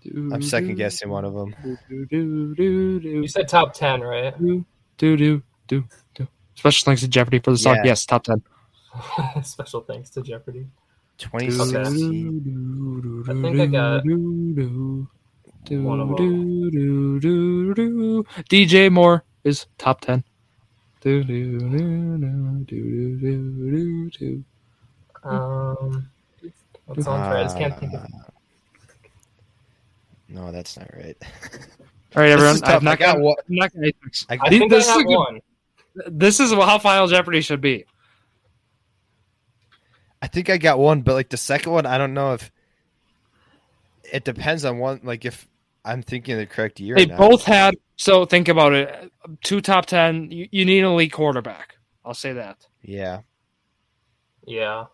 do,
I'm
do,
second
do,
guessing one of them.
do, do, do, do, do,
You said top ten, right?
do, do, do, do, do. Special thanks to Jeopardy for the song.
Yeah.
Yes, top 10.
Special thanks to Jeopardy.
2016.
I think I got one of
DJ Moore is top 10. Do, do, do, do, do, do, do, do.
Um, what song for it? I just can't think of.
Uh, no, that's not right.
All right,
This
everyone.
is tough.
I've
I
not
got
got
one-
not got Apex.
I
I
Th-
think
this,
I
is a
got
good-
one.
this is how Final Jeopardy should be.
I think I got one, but like the second one, I don't know if it depends on one. Like if I'm thinking the correct year.
They
or not.
both had, so think about it. Two top 10. You, you need an elite quarterback. I'll say that.
Yeah,
Yeah,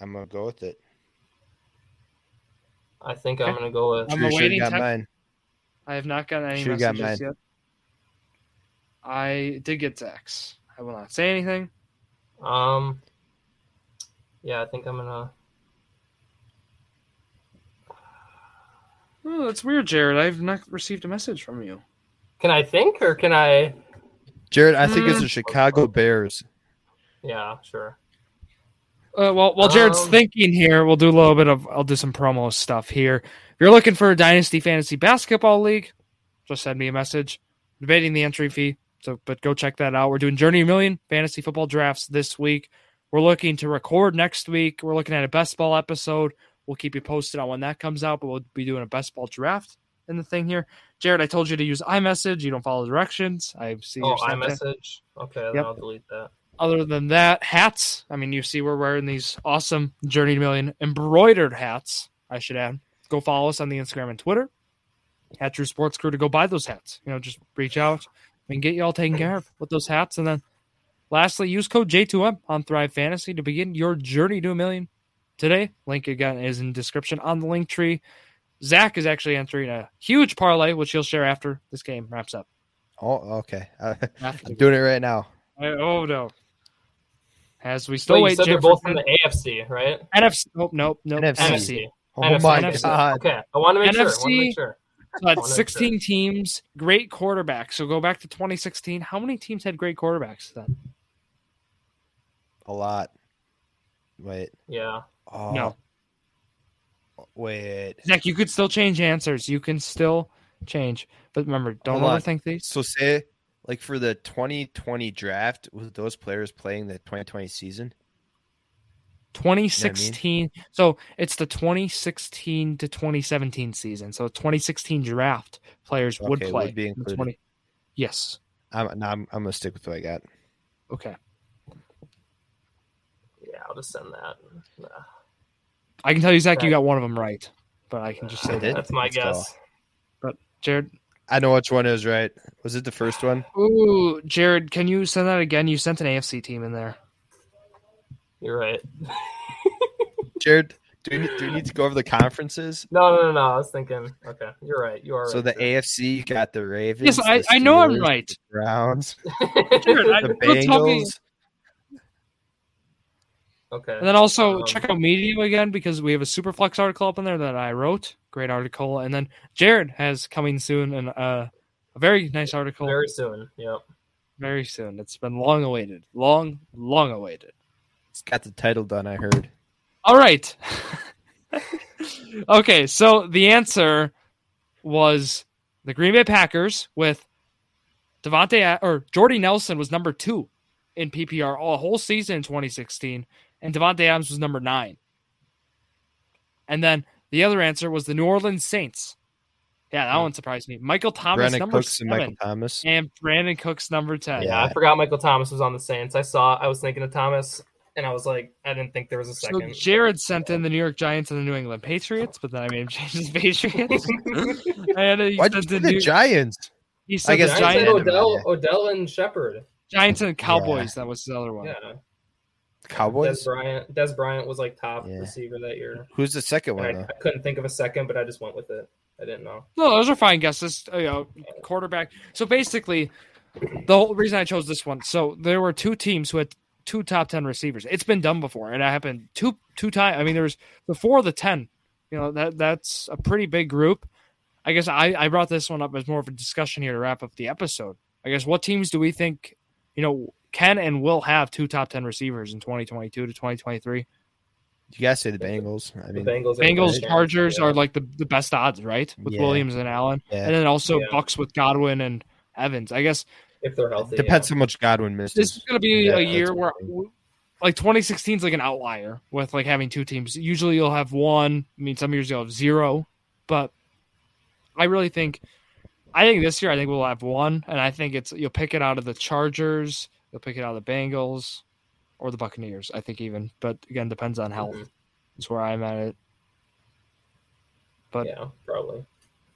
I'm gonna go with it.
I think
Okay.
I'm gonna go with.
I'm
Should've
awaiting
got
tech-
mine.
I have not gotten any
Should've got
messages yet. I did get Zach's. I will not say anything.
Um, yeah, I think I'm gonna.
Oh, that's weird, Jared. I've not received a message from you.
Can I think or can I?
Jared, I think it's
Mm.
the Chicago Bears.
Yeah, sure.
Uh, well, while Jared's
Um,
thinking here, we'll do a little bit of. I'll do some promo stuff here. If you're looking for a Dynasty Fantasy Basketball League, just send me a message. debating the entry fee, so but go check that out. We're doing Journey a Million Fantasy Football drafts this week. We're looking to record next week. We're looking at a best ball episode. We'll keep you posted on when that comes out, but we'll be doing a best ball draft in the thing here. Jared, I told you to use iMessage. You don't follow directions. I've seen
Oh,
your Snapchat
iMessage. Okay, then
Yep.
I'll delete that.
other than that, hats. I mean, you see, we're wearing these awesome Journey to Million embroidered hats. I should add. Go follow us on the Instagram and Twitter at True Sports Crew to go buy those hats. You know, just reach out and get you all taken care of with those hats. And then, lastly, use code J2M on Thrive Fantasy to begin your journey to a million today. Link again is in description on the link tree. Zach is actually entering a huge parlay, which he'll share after this game wraps up.
Oh, okay. Uh,
After the
I'm doing it right now.
I- oh no. As we
So
still
you
wait,
said they're
Jared, for
both in the AFC, right?
NFC. Nope, nope, nope.
NFC.
NFC.
Oh
NFC.
my
NFC.
god.
Okay, I want to make sure. I want to
NFC
make sure.
So that's
Oh, that's
16 teams, great quarterbacks. So go back to 2016. How many teams had great quarterbacks then?
A lot. Wait.
Yeah.
Oh,
No.
Wait.
Zach, you could still change answers. You can still change. But remember, don't
Hold on.
overthink these.
So say like for the 2020 draft, was those players playing the 2020 season?
2016. So it's the 2016 to 2017 season. So 2016 draft players would
Okay,
play.
would be
in the
included.
20 yes.
I'm, no, I'm, I'm gonna stick with what I got.
Okay.
Yeah, I'll just send that. Nah,
I can tell you, Zach, you
Right.
got one of them right. But I can just
I
say
did?
that.
that's my
Let's go.
guess.
Jared,
I know which one is right. Was it the first one?
Ooh, Jared, can you send that again? You sent an AFC team in there.
You're right.
Jared, do we, do we need to go over the conferences?
No, no, no, no. I was thinking. Okay, you're right. You are.
So the
right,
AFC you got the Ravens.
Yes, I,
the
I know I'm
Steelers,
right.
the Browns,
Jared, I-
the
don't tell me-
Bengals.
okay.
And then also
Um,
check out Media again because we have a Superflex article up in there that I wrote. Great article. And then Jared has coming soon and uh, a very nice article very,
Very soon. Yep.
soon. It's been long awaited. Long, long awaited.
It's got the title done. I heard.
All right. okay, so the answer was the Green Bay Packers with Devontae or Jordy Nelson was number two in PPR all whole season in 2016, and Devontae Adams was number nine. And then the other answer was the New Orleans Saints. Yeah, that one surprised me. Michael Thomas
Hmm. Brandon
number
Cooks and
seven,
Michael Thomas.
and Brandon Cooks number ten.
Yeah.
Yeah, I forgot Michael Thomas was on the Saints. I saw. I was thinking of Thomas, and I was like, I didn't think there was a
So
second.
Jared sent in the New York Giants and the New England Patriots, but then I made him change his Patriots. and he
Why
sent
did
the,
you do the
New,
Giants?
he sent
guess
the
Giants and
Giants,
Odell,
Giants.
Odell and Shepard.
Giants and Cowboys. That was the other one.
Yeah,
Cowboys.
Des Bryant. Des Bryant was like top
Yeah.
receiver that year.
Who's the second
And I,
one though?
I couldn't think of a second, but I just went with it. I didn't know.
No, those are fine guesses. uh, You know, quarterback. So basically, the whole reason I chose this one. So there were two teams who had two top ten receivers. It's been done before, and it happened two two times. I mean, there was the four of the ten. You know that that's a pretty big group. I guess I I brought this one up as more of a discussion here to wrap up the episode. I guess what teams do we think you know can and will have two top ten receivers in 2022 to 2023?
You guys say the Bengals. I
The
mean,
Bengals. and
Bengals
Chargers.
Chargers
Yeah.
are like the, the best odds, right? With
Yeah.
Williams and Allen.
Yeah.
And then also
Yeah.
Bucks with Godwin and Evans. I guess
if they're healthy.
depends how much Godwin
this
misses.
is going to be
Yeah,
a
that's
year where
fine.
like 2016 is like an outlier with like having two teams. Usually you'll have one. I mean, some years you'll have zero, but I really think, I think this year I think we'll have one, and I think it's you'll pick it out of the Chargers, you'll pick it out of the Bengals, or the Buccaneers. I think even, but again, depends on
Yeah.
health.
Mm-hmm.
Is where I'm at it. but-
Mm, yeah, probably.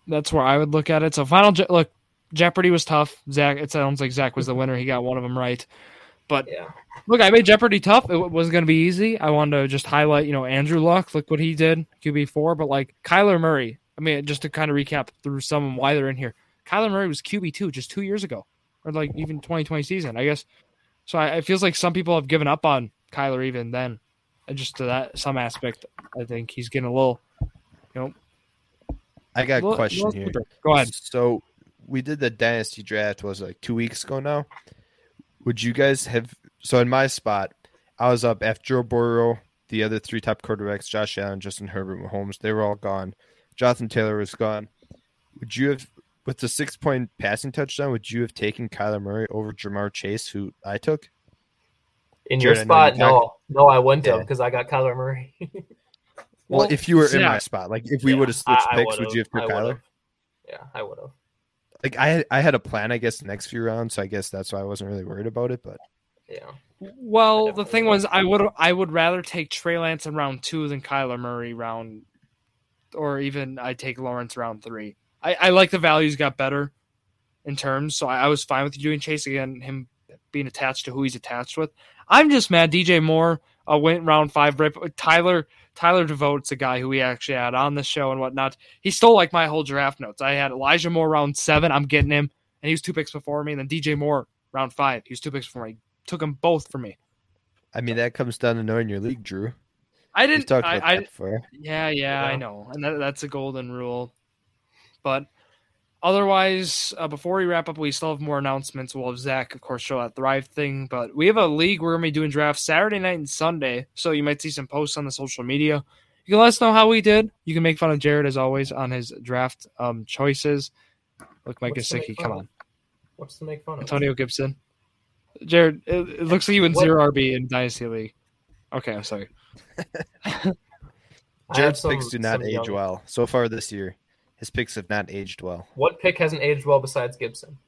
That's where I would look at it. So final Je- look, Jeopardy was tough. Zach, it sounds like Zach was the winner. He got one of them right.
Yeah,
Look, I made Jeopardy tough. It w- was going to be easy. I wanted to just highlight, you know, Andrew Luck. Look what he did, QB four. But like Kyler Murray, I mean, just to kind of recap through some and why they're in here. Kyler Murray was QB two just two years ago, or like even 2020 season, I guess. So I, it feels like some people have given up on Kyler even then, and just to that some aspect, I think he's getting a little.
I got a
little-
question
little
here.
deeper. Go ahead.
So we did the dynasty draft was it, like two weeks ago now. Would you guys have so in my spot, I was up after Joe Burrow, the other three top quarterbacks, Josh Allen, Justin Herbert, Mahomes, they were all gone. Jonathan Taylor was gone. Would you have with the six point passing touchdown, would you have taken Kyler Murray over Jamar Chase, who I took?
in
Jared,
your
I know you
spot, no, no, I wouldn't have
Yeah.
because I got Kyler Murray.
Well,
Well,
if you were in
yeah.
my spot, like if we would have
I-
switched
I
picks,
would've.
would you have
I
picked Kyler?
would've. Yeah, I would have.
Like I I had a plan, I guess, next few rounds, so I guess that's why I wasn't really worried about it, but
Yeah,
Well, the
I definitely
thing
would.
was, I would I would rather take Trey Lance in round two than Kyler Murray round, or even I take Lawrence round three. I, I like the values got better in terms, so I, I was fine with you doing Chase again. Him being attached to who he's attached with. I'm just mad DJ Moore uh, went round five. Right, Tyler Tyler Devote's a guy who we actually had on the show and whatnot. He stole like my whole draft notes. I had Elijah Moore round seven. I'm getting him, and he was two picks before me. And then DJ Moore round five. He was two picks before me. Took them both for me.
I mean that comes down to knowing your league, Drew.
I
We
didn't.
talked
I,
about
I-
that before.
yeah, yeah, I
Yeah.
know, and that, that's a golden rule. But otherwise, uh, before we wrap up, we still have more announcements. We'll have Zach, of course, show that Thrive thing. But we have a league we're gonna be doing drafts Saturday night and Sunday, so you might see some posts on the social media. You can let us know how we did. You can make fun of Jared as always on his draft um, choices. Look, Mike
What's to make
Gesicki,
fun
come
of?
on,
What's to make fun of?
Antonio Gibson, Jared. It, it looks like you in
What?
zero RB in Dynasty League. Okay, I'm sorry.
I have
Jared's
some-
picks do not
some
age
young-
well. So far this year, his picks have not aged well.
What pick hasn't aged well besides Gibson?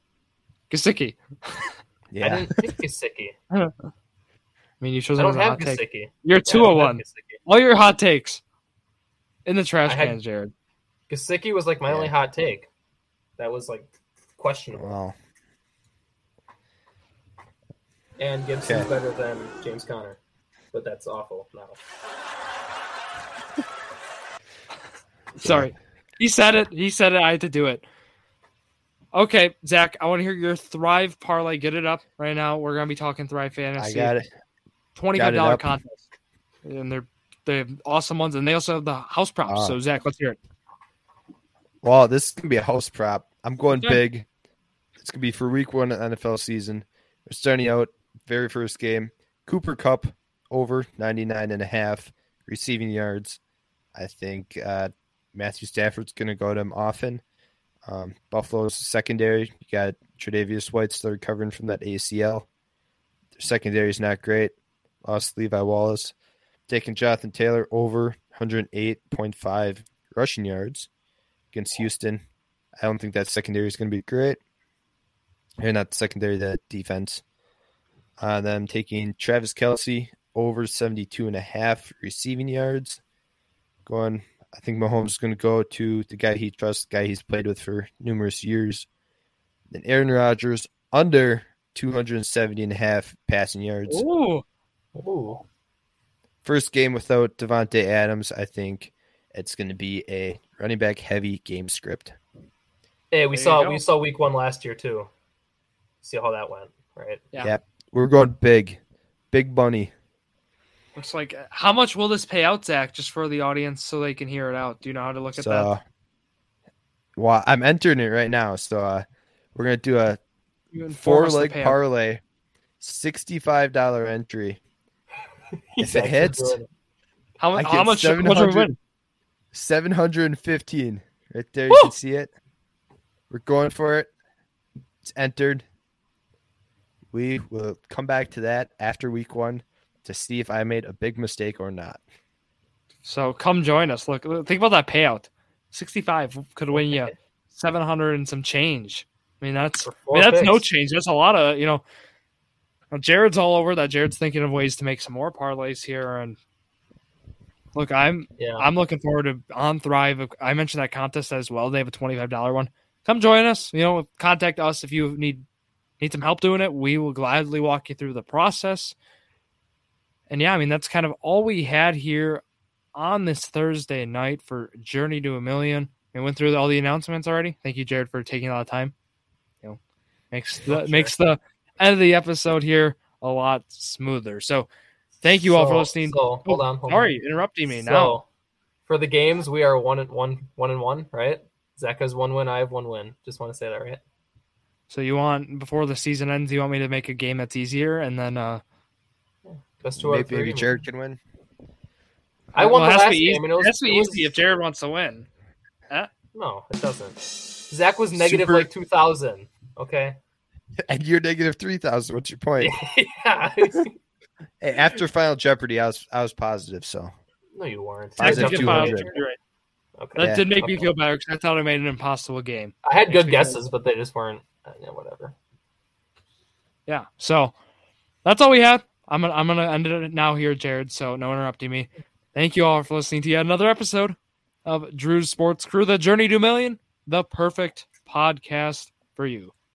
Gesicki.
I
Yeah.
didn't pick Gesicki.
I mean, you chose
I
him as
don't
a
have
hot take.
Gesicki.
You're
Yeah, I
two
don't
hundred
have
one.
Gesicki.
All your hot takes in the trash
I had-
cans, Jared.
Gesicki was like my
Yeah.
only hot take. That was like questionable.
Well,
And Gibson's
Okay.
better than James Conner, but that's awful. No,
Sorry, he said it. He said it. I had to do it. Okay, Zach, I want to hear your Thrive parlay. Get it up right now. We're gonna be talking Thrive
I
Fantasy.
got it.
Twenty-five dollar
up.
contest, and they're they have awesome ones, and they also have the house props.
Ah.
so Zach, let's hear it.
Well, this is gonna be a house prop. I'm going
Okay.
big. It's gonna be for week one of NFL season. We're starting out very first game. Cooper Cup over 99 and a half receiving yards. I think uh, Matthew Stafford's gonna go to him often. Um, Buffalo's secondary. You got Tre'Davious White still recovering from that ACL. Their secondary is not great. Lost Levi Wallace. Taking Jonathan Taylor over 108.5 rushing yards against Houston. I don't think that secondary is going to be great. Or not secondary, that defense. Uh, then I'm taking Travis Kelsey over 72 and a half receiving yards. Going, I think Mahomes is going to go to the guy he trusts, the guy he's played with for numerous years. Then Aaron Rodgers under 270 and a half passing yards.
Ooh,
Ooh.
First game without Devonte Adams, I think it's going to be a running back heavy game script.
Hey, we
There you
saw
go.
we saw week one last year too. See how that went, right?
Yeah.
We're going big, big bunny.
Looks like how much will this pay out, Zach, just for the audience so they can hear it out? Do you know how to look at
so,
that?
well, I'm entering it right now. So uh, we're going to do a
You inform
four
us the
leg
payout.
parlay, sixty-five dollar entry. If it hits,
How, mu-
I
how
get
much? How much
700.
we win?
seven hundred and fifteen. Right there,
Woo!
you can see it. We're going for it. It's entered. We will come back to that after week one to see if I made a big mistake or not.
So come join us. Look, look- think about that payout. Sixty-five could win you seven hundred and some change. I mean, that's I mean, that's no change. That's a lot of you know. Now, Jared's all over that. Jared's thinking of ways to make some more parlays here, and look, I'm
Yeah,
I'm looking forward to on Thrive. I mentioned that contest as well. They have a twenty five dollar one. Come join us. You know, contact us if you need need some help doing it. We will gladly walk you through the process. And yeah, I mean that's kind of all we had here on this Thursday night for Journey to a Million. We went through all the announcements already. Thank you, Jared, for taking a lot of time. You know, makes the,
Sure.
makes the end of the episode here a lot smoother. So, thank you all for
So-
listening. Oh,
So, hold on, hold
Sorry,
on.
interrupting me
So,
now.
for the games, we are one and one, one and one, right? Zach has one win. I have one win. Just want to say that, right?
So you want before the season ends, you want me to make a game that's easier, and then uh,
Best two out of
Maybe, maybe
three.
Jared can win.
I won
well, it
the
has to
last
be easy-
game, and it was,
it has to be
it was-
easy if Jared wants to win.
No, it doesn't. Zach was negative
Super-
like two thousand. Okay.
And you're negative three thousand. What's your point?
yeah.
Hey, after Final Jeopardy, I was I was positive. So
no, you weren't.
I was
That
at
did
200.
feel- you're right.
Okay.
That
Yeah.
did make me
Okay.
feel better because I thought I made an impossible game.
I had
Makes
good
me
guesses, but they just weren't. uh, Yeah, whatever.
Yeah. So that's all we had. I'm gonna, I'm gonna end it now here, Jared. So no interrupting me. Thank you all for listening to yet another episode of Drew's Sports Crew, the Journey to a Million, the perfect podcast for you.